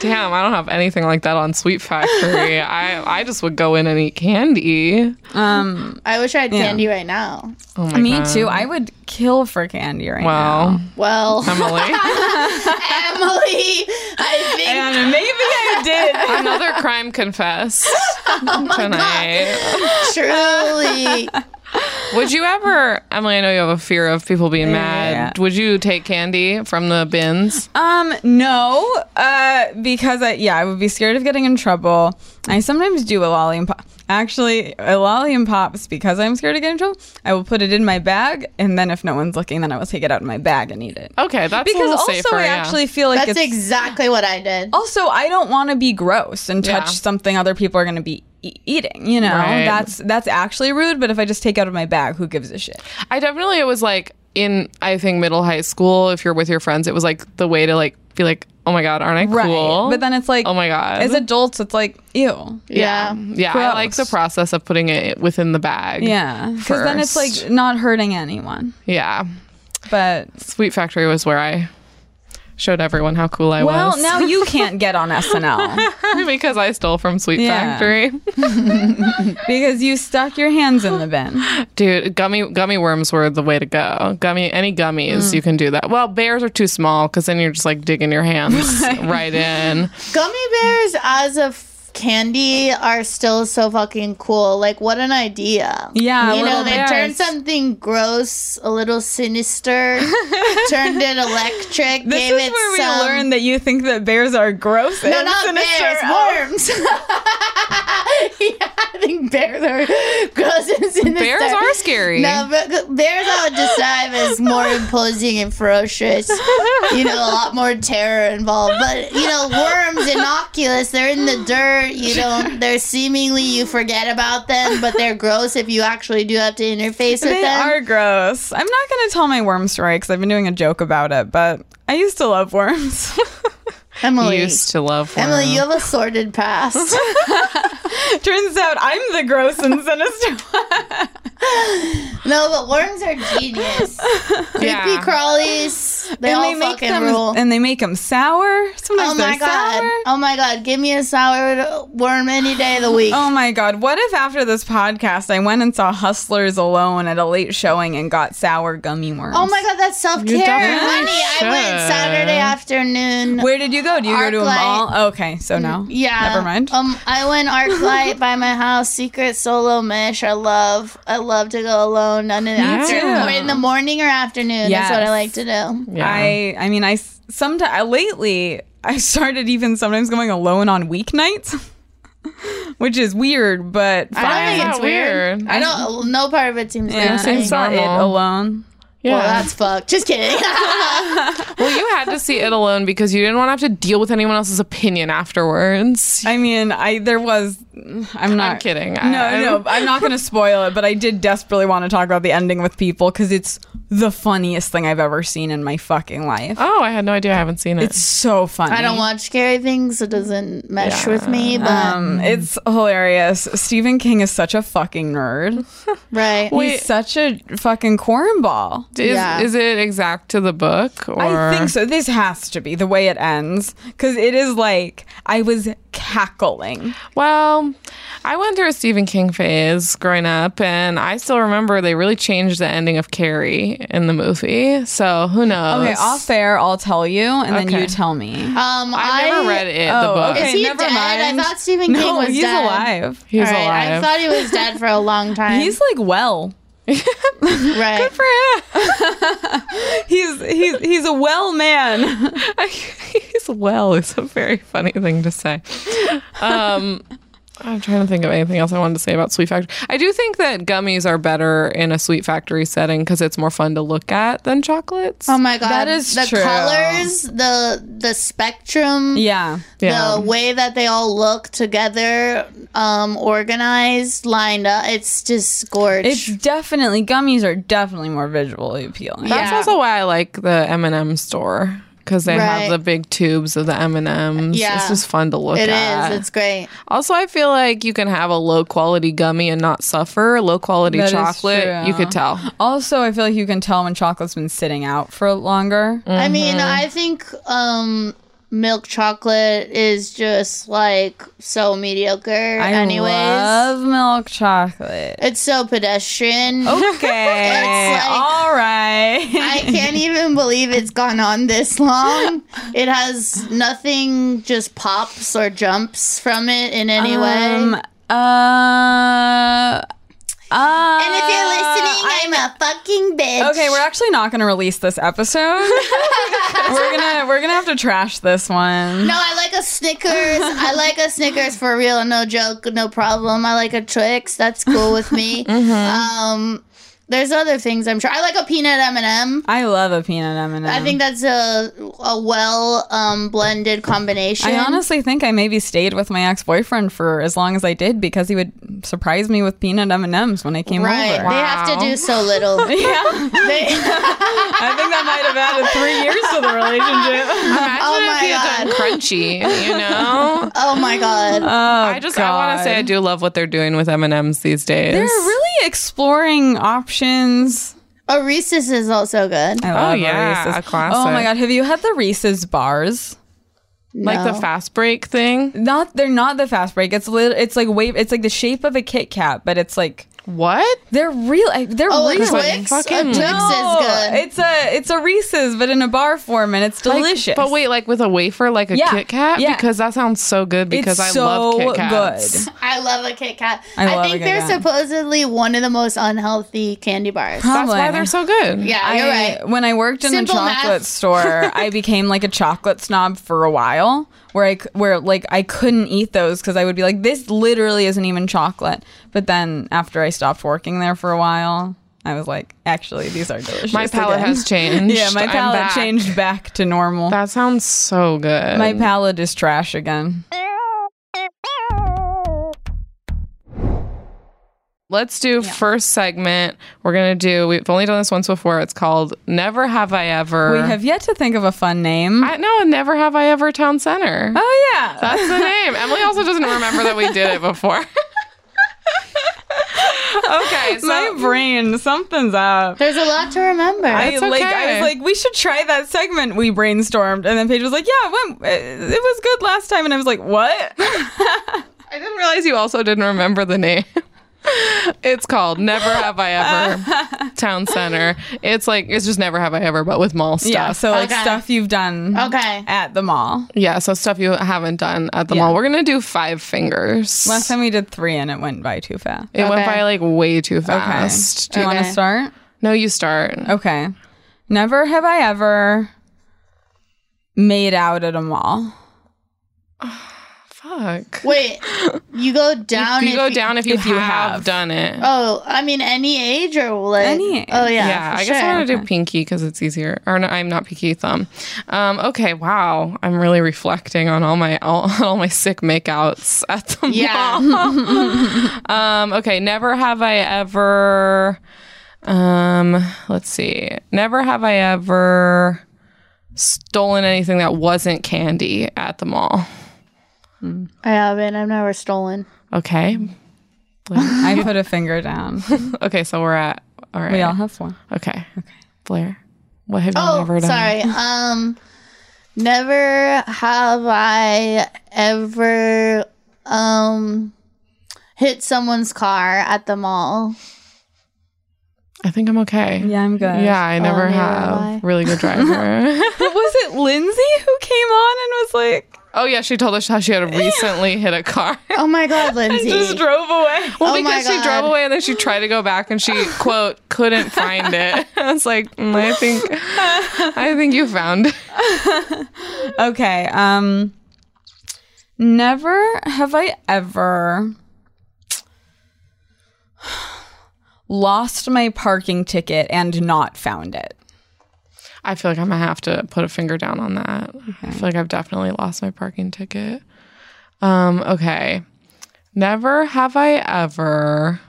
C: Damn, I don't have anything like that on Sweet Factory. I, I just would go in and eat candy.
B: Um,
D: I wish I had candy right now.
C: Oh my
B: me
C: God.
B: too. I would kill for candy right
C: Wow,
D: Well,
B: Um,
D: Emily,
C: Emily.
D: I think.
B: now. And maybe I did.
C: Another crime confessed
B: Oh
C: tonight.
D: Truly.
C: Would you ever, Emily? I know you have a fear of people being mad.
B: yeah.
C: Would you take candy from the bins?
B: Um, no, uh, because I yeah, I would be scared of getting in trouble. I sometimes do a lolly and pop. Actually, a lolly and pops because I'm scared of getting in trouble. I will put it in my bag, and then if no one's looking, then I will take it out of my bag and eat it.
C: Okay, Oh, that's a
B: Because
C: little
B: also,
C: safer.
B: I
C: yeah.
B: actually feel like
D: That's
B: it's Oh,
D: exactly what I did.
B: also I don't want to be gross and touch
C: Yeah.
B: something other people are going to be. e- Eating, you know,
C: Right.
B: that's that's actually rude. But if I just take out of my bag, who gives a shit?
C: I definitely it was like in I think middle high school. If you're with your friends, it was like the way to like be like, oh my god, aren't I cool?
B: But then it's like,
C: oh my god,
B: as adults, it's like, ew.
D: yeah.
C: yeah, I like the
B: gross.
C: process of putting it within the bag.
B: Yeah, because then it's
C: First.
B: like not hurting anyone.
C: yeah.
B: But
C: Sweet Factory was where I showed everyone how cool I
B: well,
C: was.
B: now you can't get on SNL
C: because I stole from Sweet
B: Yeah.
C: Factory.
B: because you stuck your hands in the bin.
C: Dude, gummy gummy worms were the way to go. Gummy any gummies
B: Mm.
C: you can do that. Well, bears are too small because then you're just like digging your hands right in.
D: Gummy bears as a f- candy are still so fucking cool. Like, what an idea.
B: Yeah,
D: You
B: little
D: know, they
B: bears.
D: turned something gross, a little sinister, turned it electric,
B: This
D: gave
B: is
D: it
B: where we
D: some.
B: learn that you think that bears are gross.
D: no,
B: and
D: not
B: sinister.
D: bears,
B: Oh,
D: worms. yeah, I think bears are gross and sinister.
C: Bears are scary.
D: No, but bears I would describe as more imposing and ferocious. You know, a lot more terror involved. But you know, worms innocuous. They're in the dirt. You don't. They're seemingly you forget about them, but they're gross if you actually do have to interface with
B: They
D: them.
B: are gross. I'm not going to tell my worm story because I've been doing a joke about it, but I used to love worms.
D: Emily,
C: Used to love worms.
D: Emily, you have a sordid past.
B: Turns out I'm the gross and sinister one.
D: no, but worms are genius. Creepy crawlies. They all fucking
B: them
D: rule.
B: and they make them sour. Sometimes
D: Oh my
B: they're
D: god!
B: sour.
D: Oh my god! Give me a sour worm any day of the week.
B: Oh my god, what if after this podcast I went and saw Hustlers alone at a late showing and got sour gummy worms?
D: Oh my god, that's self care, honey.
C: definitely
D: I
C: should.
D: went Saturday afternoon.
B: Where did you go? Do you go to a
D: Arclight.
B: mall? Okay, so no.
D: Mm, yeah,
B: Never mind.
D: Um, I went ArcLight by my house. Secret solo mish. I love. I love to go alone. None in the afternoon, or
B: too.
D: in the morning or afternoon. That's what
B: Yes.
D: I like to do.
C: Yeah.
B: I I mean I sometimes lately I started even sometimes going alone on weeknights. Which is weird, but fine.
D: I don't think
C: That's
D: it's weird.
C: weird.
D: I don't. No part of it seems
B: Yeah,
D: weird. to
B: I
D: me.
C: seems
B: saw it
C: normal.
B: alone.
C: yeah.
D: Well, that's fucked. Just kidding.
C: Well, you had to see it alone because you didn't want to have to deal with anyone else's opinion afterwards.
B: I mean, I there was. I'm not
C: kidding.
B: No,
C: I- I'm-
B: no, I'm not going to spoil it. But I did desperately want to talk about the ending with people because it's the funniest thing I've ever seen in my fucking life.
C: Oh, I had no idea. I haven't seen it.
B: It's so funny.
D: I don't watch scary things. so It doesn't mesh with me. But
B: Um, it's hilarious. Stephen King is such a fucking nerd.
D: right.
C: Wait.
B: He's such a fucking cornball.
C: is,
D: yeah.
C: is it exact to the book? Or?
B: I think so. This has to be the way it ends because it is like I was cackling.
C: Well, I went through a Stephen King phase growing up, and I still remember they really changed the ending of Carrie in the movie. So who knows?
B: Okay, off air, I'll tell you, and then
C: Oh, Okay.
B: you tell me.
D: Um,
C: I never read it. the
B: Oh,
C: book.
B: okay.
D: Is he
B: never
D: dead?
B: mind.
D: I thought Stephen King
B: No,
D: was
B: he's
D: dead.
B: alive.
C: He's
D: All right,
C: alive.
D: I thought he was dead for a long time.
B: He's like well.
D: right.
B: He's he's he's a well man.
C: He's well. It's a very funny thing to say. Um, I'm trying to think of anything else I wanted to say about Sweet Factory. I do think that gummies are better in a Sweet Factory setting because it's more fun to look at than chocolates.
D: Oh my god.
B: That is
D: the
B: true.
D: colors, the the spectrum,
B: Yeah.
C: Yeah.
D: the way that they all look together, um, organized, lined up. It's just
B: It's
D: gorgeous.
B: definitely gummies are definitely more visually appealing.
C: That's
D: yeah.
C: also why I like the M&M store because they
D: Right.
C: have the big tubes of the M and M's.
D: Yeah.
C: it's just fun to look
D: It
C: at.
D: is. It's great.
C: also, I feel like you can have a low quality gummy and not suffer. Low quality
B: That is
C: chocolate,
B: true.
C: you could tell.
B: Also, I feel like you can tell when chocolate's been sitting out for longer.
D: I mean, I think um milk chocolate is just like so mediocre.
B: I
D: anyways,
B: love Oh, milk chocolate.
D: it's so pedestrian.
B: Okay.
D: It's like-
B: All right.
D: I can't even believe it's gone on this long. It has nothing just pops or jumps from it in any way.
B: Um, uh, uh,
D: And if you're listening, I'm, a fucking bitch.
B: Okay, we're actually not going to release this episode. we're gonna we're gonna have to trash this one.
D: No, I like a Snickers. I like a Snickers for real. No joke, no problem. I like a Twix. That's cool with me.
B: Mm-hmm.
D: Um, there's other things I'm sure. I like a peanut M&M.
B: I love a peanut M and m
D: I think that's a a well um, blended combination.
B: I honestly think I maybe stayed with my ex boyfriend for as long as I did because he would surprise me with peanut M and M's when I came
D: right.
B: over.
D: They have to
C: Wow.
D: do so little.
B: Yeah,
D: They-
B: I think that might have added three years to the relationship.
C: Imagine
D: Oh
C: if
D: my
C: you had done crunchy, you know.
D: oh my god.
B: Uh, Oh,
C: I just I want to say I do love what they're doing with M and M's these days.
B: They're really exploring options.
D: Oh, Reese's is also good.
B: I love a
C: Oh, yeah,
B: Reese's.
C: a classic.
B: Oh my god, have you had the Reese's bars?
C: like the
D: No.
C: fast break thing.
B: Not they're not the fast break. It's lit, it's like wave. It's like the shape of a Kit Kat, but it's like
C: What?
B: they're real. I- They're
D: Oh, a
B: real.
D: Twix. A
C: fucking-
D: Twix
B: No,
D: is good.
B: It's a it's a Reese's, but in a bar form, and it's
C: Like-
B: delicious.
C: but wait, like with a wafer, like a
B: Yeah,
C: Kit Kat,
B: yeah.
C: because that sounds so good.
B: it's
C: Because I
B: so
C: love Kit Kats.
B: good.
D: I love a Kit Kat.
B: I
D: I,
B: love a
D: think
B: Kit
D: they're
B: Kat.
D: supposedly one of the most unhealthy candy bars.
C: That's why they're so good.
D: Yeah,
B: I,
D: you're right.
B: When I worked in
D: Simple
B: the chocolate
D: math.
B: store, I became like a chocolate snob for a while, where I c- where like I couldn't eat those because I would be like, this literally isn't even chocolate. But then after I stopped working there for a while, I was like, actually, these are delicious.
C: my palate
B: again."
C: has changed.
B: yeah, my
C: I'm
B: palate
C: back.
B: changed back to normal.
C: That sounds so good.
B: my palate is trash again.
C: Let's do first segment. We're gonna do. We've only done this once before. It's called Never Have I Ever.
B: We have yet to think of a fun name.
C: I, no, Never Have I Ever Town Center.
B: oh yeah,
C: That's the name. Emily also doesn't remember that we did it before. okay, so
B: my brain. Something's up.
D: There's a lot to remember.
B: I
C: It's
B: like. I
C: okay.
B: was like, we should try that segment we brainstormed, and then Paige was like, yeah, it, went, it it was good last time, and I was like, what?
C: I didn't realize you also didn't remember the name. It's called Never Have I Ever Town Center. It's like it's just Never Have I Ever, but with mall stuff.
B: yeah, so like
D: Okay.
B: stuff you've done
D: okay.
B: at the mall.
C: Yeah, so stuff you haven't done at the
B: Yeah.
C: mall. We're gonna do five fingers.
B: Last time we did three, and it went by too fast.
C: it went
D: Okay.
C: by like way too
B: Okay, Oh,
C: fast.
B: do you want
D: Okay.
B: to start?
C: No, you start.
B: Okay, never have I ever made out at a mall.
C: Fuck.
D: Wait. You go down.
C: You
D: if
C: go down if you,
B: if you
C: have,
B: have.
C: done it.
D: Oh, I mean, any age or like
B: Any age.
D: Oh yeah.
C: yeah,
D: for
C: I guess
D: sure.
C: I want to do pinky because it's easier. Or no, I'm not pinky thumb. Um, okay, wow, I'm really reflecting on all my all, all my sick makeouts at the
D: Yeah.
C: mall. um, okay, never have I ever. Um, let's see. Never have I ever stolen anything that wasn't candy at the mall.
D: I haven't. I've never stolen.
C: Okay.
B: I put a finger down.
C: Okay, so we're at all right.
B: We all have one.
C: okay. Okay. Blair, what have you
D: Oh,
C: never done?
D: sorry. Um, never have I ever um hit someone's car at the mall.
C: I think I'm okay.
B: Yeah, I'm good.
C: Yeah, I never
D: Oh, neither
C: have.
D: have I.
C: Really good driver.
B: But was it Lindsay who came on and was like,
C: oh yeah, she told us how she had recently hit a car.
D: Oh my god, Lindsay.
B: just drove away?
C: Well,
D: Oh my
C: because she drove
D: God.
C: away and then she tried to go back and she quote couldn't find it. I was like, mm, I think, I think you found. it.
B: Okay. Um never have I ever lost my parking ticket and not found it.
C: I feel like I'm gonna have to put a finger down on that. I feel like I've definitely lost my parking ticket. Um. Okay. Never have I ever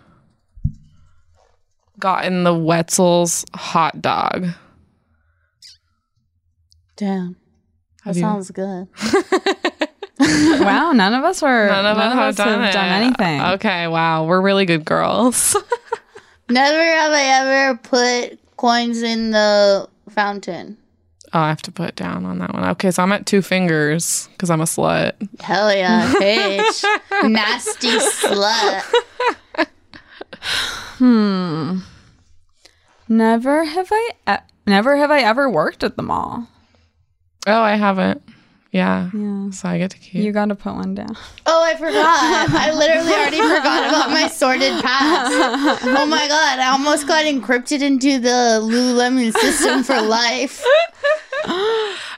C: gotten the Wetzel's hot dog.
D: Damn. That sounds good.
B: Wow, none of us were.
C: None of us have done,
B: have done
C: it. Uh,
B: anything.
C: Okay, wow, we're really good girls.
D: Never have I ever put coins in the fountain.
C: Oh, I have to put down on that one. Okay, so I'm at two fingers because I'm a slut.
D: Hell yeah, bitch. Nasty slut.
B: Never have I. E- never have I ever worked at the mall.
C: Oh, I haven't. Yeah. So I get to keep.
B: You got to put one down.
D: Oh, I forgot. I literally already forgot about my sordid past. Oh my god, I almost got encrypted into the Lululemon system for life.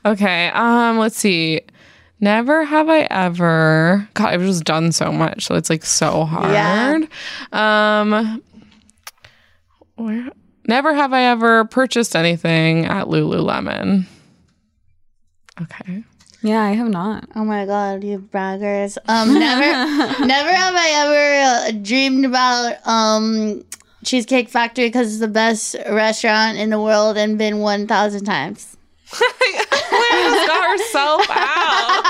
C: okay. Um. Let's see. Never have I ever. God, I've just done so much, so it's like so
D: Yeah.
C: hard. Um. Where? Never have I ever purchased anything at Lululemon. Okay.
B: Yeah, I have not.
D: Oh my god, you braggers. Um, never, never have I ever uh, dreamed about um Cheesecake Factory because it's the best restaurant in the world and been one thousand times.
C: Claire just got herself out.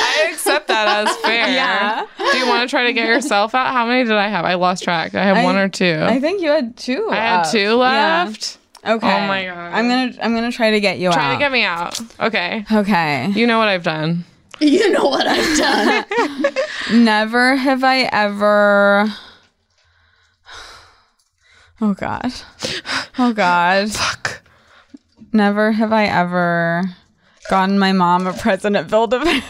C: I accept that as fair.
B: Yeah.
C: Do you want to try to get yourself out? How many did I have? I lost track. I had
B: I-
C: one or two.
B: I
C: Oh. I,
B: think you had two.
C: had
B: up.
C: two
B: Yeah.
C: left.
B: Okay.
C: Oh my God.
B: I'm gonna I'm gonna try to get you
C: Try
B: out.
C: to get me out. Okay.
B: okay.
C: You know what I've done.
D: You know what I've done.
B: Never have I ever. Oh God. Oh God.
C: Fuck.
B: Never have I ever gotten my mom a present at Build-A-Bear.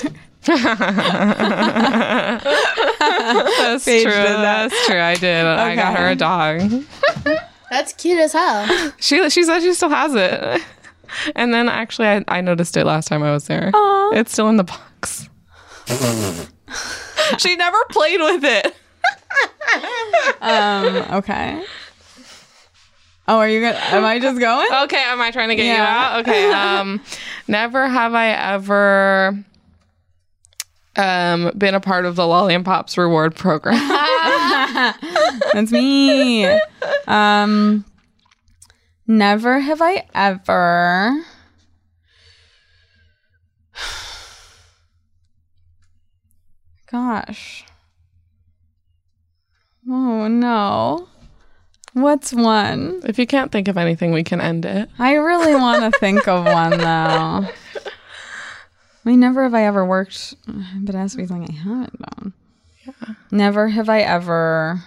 C: That's
B: Paige
C: true.
B: did that.
C: That's true. I did. I got
B: Okay.
C: her a dog.
D: That's cute as hell.
C: She she said she still has it. And then actually, I, I noticed it last time I was there.
B: Aw.
C: It's still in the box. she never played with it.
B: Um. Okay. Oh, are you gonna? Am I just going?
C: Okay, am I trying to get you
B: Yeah.
C: out? Okay. Um, never have I ever um been a part of the Lolly and Pops reward program.
B: That's me. Um, never have I ever. Gosh. Oh no. What's one?
C: if you can't think of anything, we can end it.
B: I really want to think of one though. I mean, never have I ever worked, but it has to be something I haven't done. Never have I ever.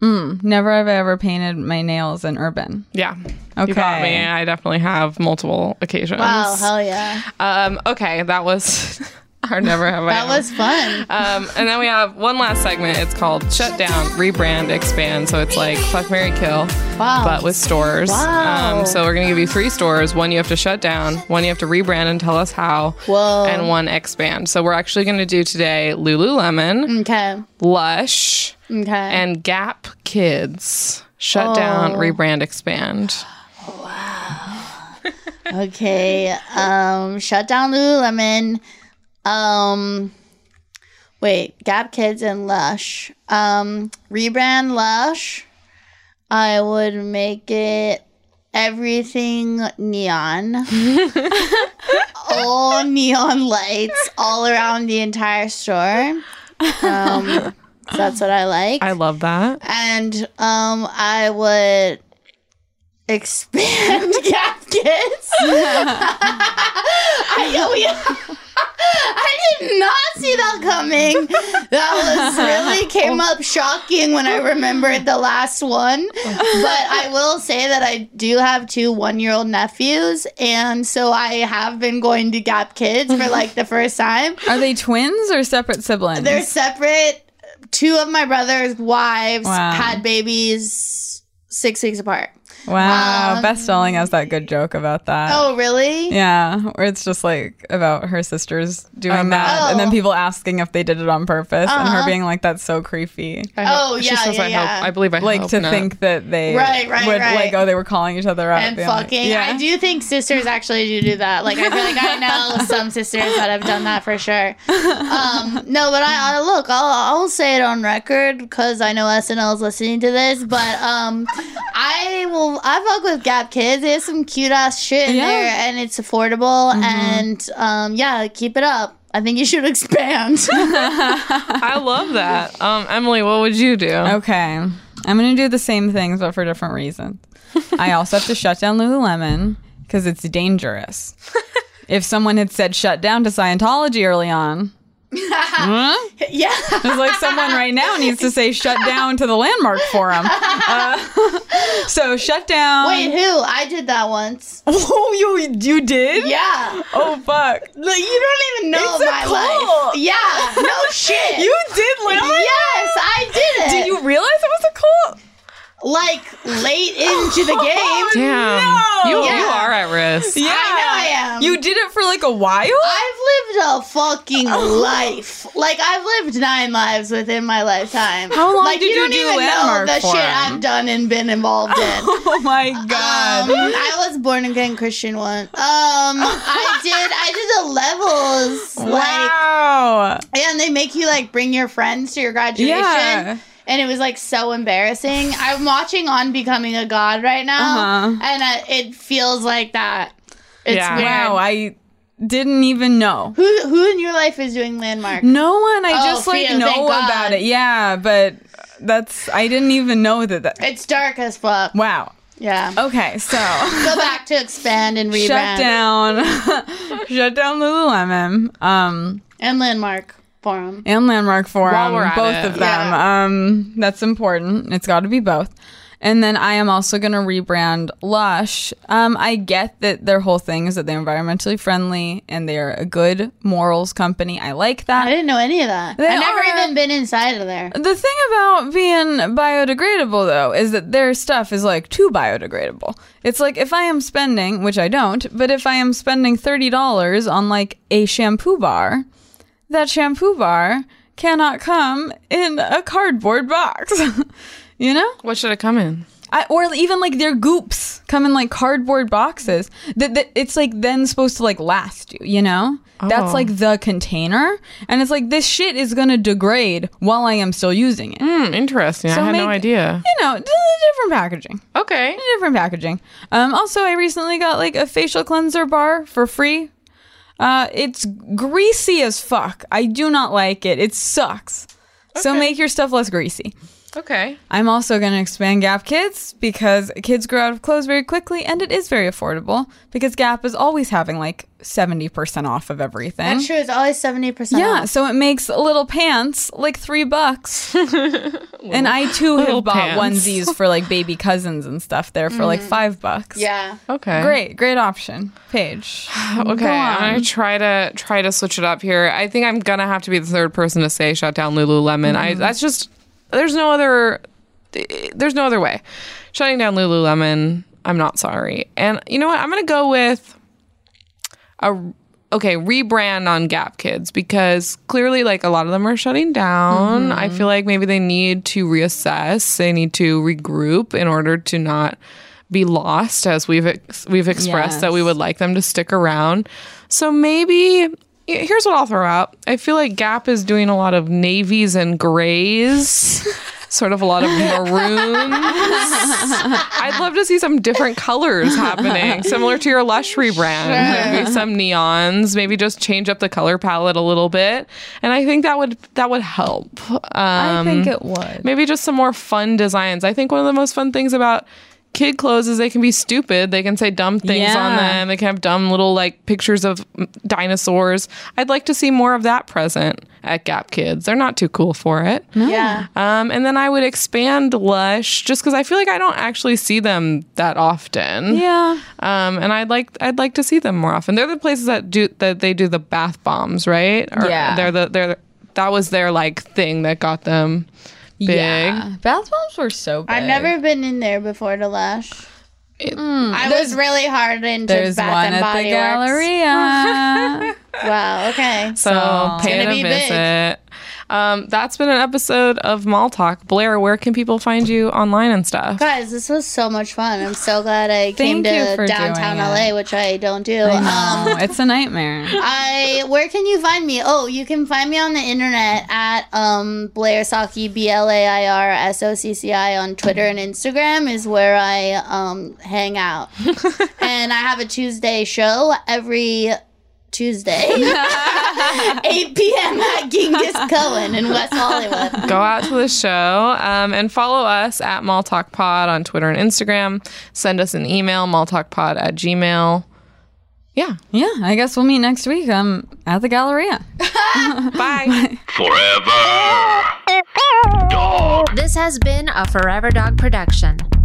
B: Mm, never have I ever painted my nails in urban.
C: Yeah. You got
B: Okay.
C: me. I definitely have multiple occasions.
D: Wow, hell yeah.
C: Um, okay, that was our never have I
D: That
C: ever.
D: was fun.
C: Um, and then we have one last segment. It's called Shut Down, Rebrand, Expand. So it's like Fuck, Mary Kill,
D: Wow.
C: but with stores.
D: Wow.
C: Um, so we're going to give you three stores. One you have to shut down, one you have to rebrand and tell us how,
D: Whoa.
C: and one expand. So we're actually going to do today
D: Mm.
C: Lululemon,
D: Okay.
C: Lush,
D: Okay.
C: and Gap Kids. Shut
D: Oh.
C: down, rebrand, expand.
D: okay. Um, shut down Lululemon. Um, wait, Gap Kids and Lush. Um, rebrand Lush. I would make it everything neon. all neon lights all around the entire store. Um, so that's what I like
C: I love that.
D: and um, I would expand Gap Kids. I, we, I did not see that coming. That was really came up shocking when I remembered the last one. But I will say that I do have two one-year-old nephews, and so I have been going to Gap Kids for like the first time.
B: Are they twins or separate siblings?
D: They're separate. Two of my brother's wives
B: Wow.
D: had babies six weeks apart.
B: wow. Beth Stelling has that good joke about that.
D: Oh, really?
B: Yeah, where it's just like about her sisters doing
C: Um,
B: that, and then
D: Oh. Uh-huh.
B: people asking if they did it on purpose, and her being like, "That's so creepy."
C: I
D: Oh,
C: she
D: yeah,
C: says
D: yeah,
C: I,
D: yeah.
C: Hope, I believe I
B: Like
C: hope
B: to
C: not.
B: think that they
D: Right, right,
B: would
D: right.
B: like oh they were calling each other out
D: And
B: being like-
D: fucking,
B: yeah.
D: I do think sisters actually do do that. Like, I feel like I know some sisters that have done that for sure. Um, no, but I, I look, I'll, I'll say it on record because I know SNL is listening to this. But um, I will I fuck with Gap Kids. There's some cute ass shit in
B: Yeah. Mm-hmm.
D: there, and it's affordable. And um, yeah, keep it up. I think you should expand.
C: I love that. Um, Emily, what would you do?
B: Okay. I'm going to do the same things, but for different reasons. I also have to shut down Lululemon because it's dangerous. if someone had said shut down to Scientology early on, huh?
D: yeah.
B: It's like someone right now needs to say shut down to the landmark forum. Uh, so shut down.
D: Wait, who? I did that once.
B: Oh, you you did?
D: Yeah.
B: Oh fuck.
D: Like, you don't even know
B: It's a
D: my
B: cult.
D: life. Yeah. No shit.
B: You did landmark.
D: Yes, I did it.
B: Did you realize it was a cult?
D: like late into the game?
C: Damn,
B: No!
C: you you
D: Yeah.
C: are at risk.
B: Yeah,
D: I am.
B: You did it for like a while.
D: I've lived a fucking life. Like I've lived nine lives within my lifetime.
B: How long
D: like,
B: did you
D: don't
B: do
D: even know
B: Landmark
D: the
B: for?
D: shit I've done and been involved in.
B: oh my god.
D: Um, I was born again Christian one. Um, I did. I did the levels. Like,
B: wow.
D: and they make you like bring your friends to your graduation.
B: Yeah.
D: And it was like so embarrassing. I'm watching on becoming a god right now,
B: Uh-huh.
D: and I, it feels like that. It's
C: Yeah.
D: weird.
B: Wow, I didn't even know.
D: Who who in your life is doing landmark?
B: No one. I
D: Oh,
B: just like
D: Theo,
B: know
D: thank God.
B: about it. Yeah, but that's I didn't even know that. that
D: It's dark as fuck.
B: wow.
D: Yeah.
B: Okay, so
D: Go back to expand and rebrand
B: shut down shut down lululemon um
D: and landmark forum.
B: and landmark forum
C: While we're at
B: both
C: it.
B: of them um that's important it's got to be both and then i am also going to rebrand lush um i get that their whole thing is that they're environmentally friendly and they're a good morals company i like
D: I
B: that
D: didn't know any of that.
B: They
D: I've never
B: are-
D: even been inside of there.
B: the thing about being biodegradable though is that their stuff is like too biodegradable it's like if i am spending which i don't but if i am spending $30 on like a shampoo bar that shampoo bar cannot come in a cardboard box. you know?
C: What should I come in?
B: I, or even like their goops come in like cardboard boxes that, that it's like then supposed to like last you, you know? That's
C: Oh.
B: like the container. And it's like this shit is gonna degrade while I am still using it.
C: Hmm, interesting.
B: So
C: I had no
B: make-
C: idea.
B: You know, d- different packaging.
C: Okay.
B: Different packaging. Um, also, I recently got like a facial cleanser bar for free. Uh, it's greasy as fuck. I do not like it. It sucks. So
C: Okay.
B: make your stuff less greasy.
C: Okay.
B: I'm also going to expand Gap Kids because kids grow out of clothes very quickly and it is very affordable because Gap is always having like 70% off of everything.
D: That's true. It's always seventy percent.
C: Uh-huh.
B: Yeah, so it makes little pants like three bucks. and I too
C: little
B: have bought
C: pants. Mm.
B: onesies for like baby cousins and stuff there for like five bucks.
D: Yeah.
C: Okay.
B: Great, great option. Paige.
C: Okay, I'm gonna try to try to switch it up here. I think I'm gonna have to be the third person to say shut down Lululemon. I that's just there's no other there's no other way. Shutting down Lululemon. I'm not sorry. And you know what? I'm gonna go with a okay rebrand on Gap Kids because clearly like a lot of them are shutting down. I feel like maybe they need to reassess. They need to regroup in order to not be lost as we've ex- we've expressed that
B: Yes.
C: we would like them to stick around. So maybe y- here's what I'll throw out. I feel like Gap is doing a lot of navies and grays. Sort of a lot of maroons. I'd love to see some different colors happening, similar to your Lush rebrand. Maybe some neons. Maybe just change up the color palette a little bit, and I think that would that would help.
B: I
C: Um,
B: think it would.
C: maybe just some more fun designs. I think one of the most fun things about kid clothes is they can be stupid. They can say dumb things on
B: Yeah.
C: them. They can have dumb little like pictures of mm, dinosaurs. I'd like to see more of that present at Gap Kids. They're not too cool for it.
B: Oh.
D: Yeah.
C: Um, and then I would expand Lush just because I feel like I don't actually see them that often.
B: Yeah.
C: Um, and I'd like I'd like to see them more often. They're the places that do that they do the bath bombs, right? Or
B: Yeah.
C: They're the they're that was their like thing that got them big.
B: Yeah. Bath bombs were so big.
D: I've never been in there before to Lush.
C: It-
D: I was really hard into
B: There's
D: Bath
B: one
D: and
B: at
D: Body
B: the
D: Works.
B: Galleria.
D: Wow. Okay.
C: So
B: It's
C: pay it
D: gonna
C: a
D: be big.
C: visit. Um, that's been an episode of Mall Talk. Blair, where can people find you online and stuff?
D: Guys, this was so much fun. I'm so glad I came
B: Thank you
D: to
B: for
D: downtown
B: doing
D: LA, which I don't do. um,
B: Oh, it's a nightmare.
D: I where can you find me? Oh, you can find me on the internet at um Blair Saki B L A I R S O C C I on Twitter and Instagram is where I um hang out. and I have a Tuesday show every Tuesday. 8 p.m. at Genghis Cohen in West Hollywood.
C: Go out to the show um, and follow us at Mall Talk Pod on Twitter and Instagram. Send us an email, malltalkpod at gmail. Yeah.
B: yeah, I guess we'll meet next week. I'm at the Galleria.
C: Bye.
A: Forever. Dog.
E: This has been a Forever Dog production.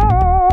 A: Dog.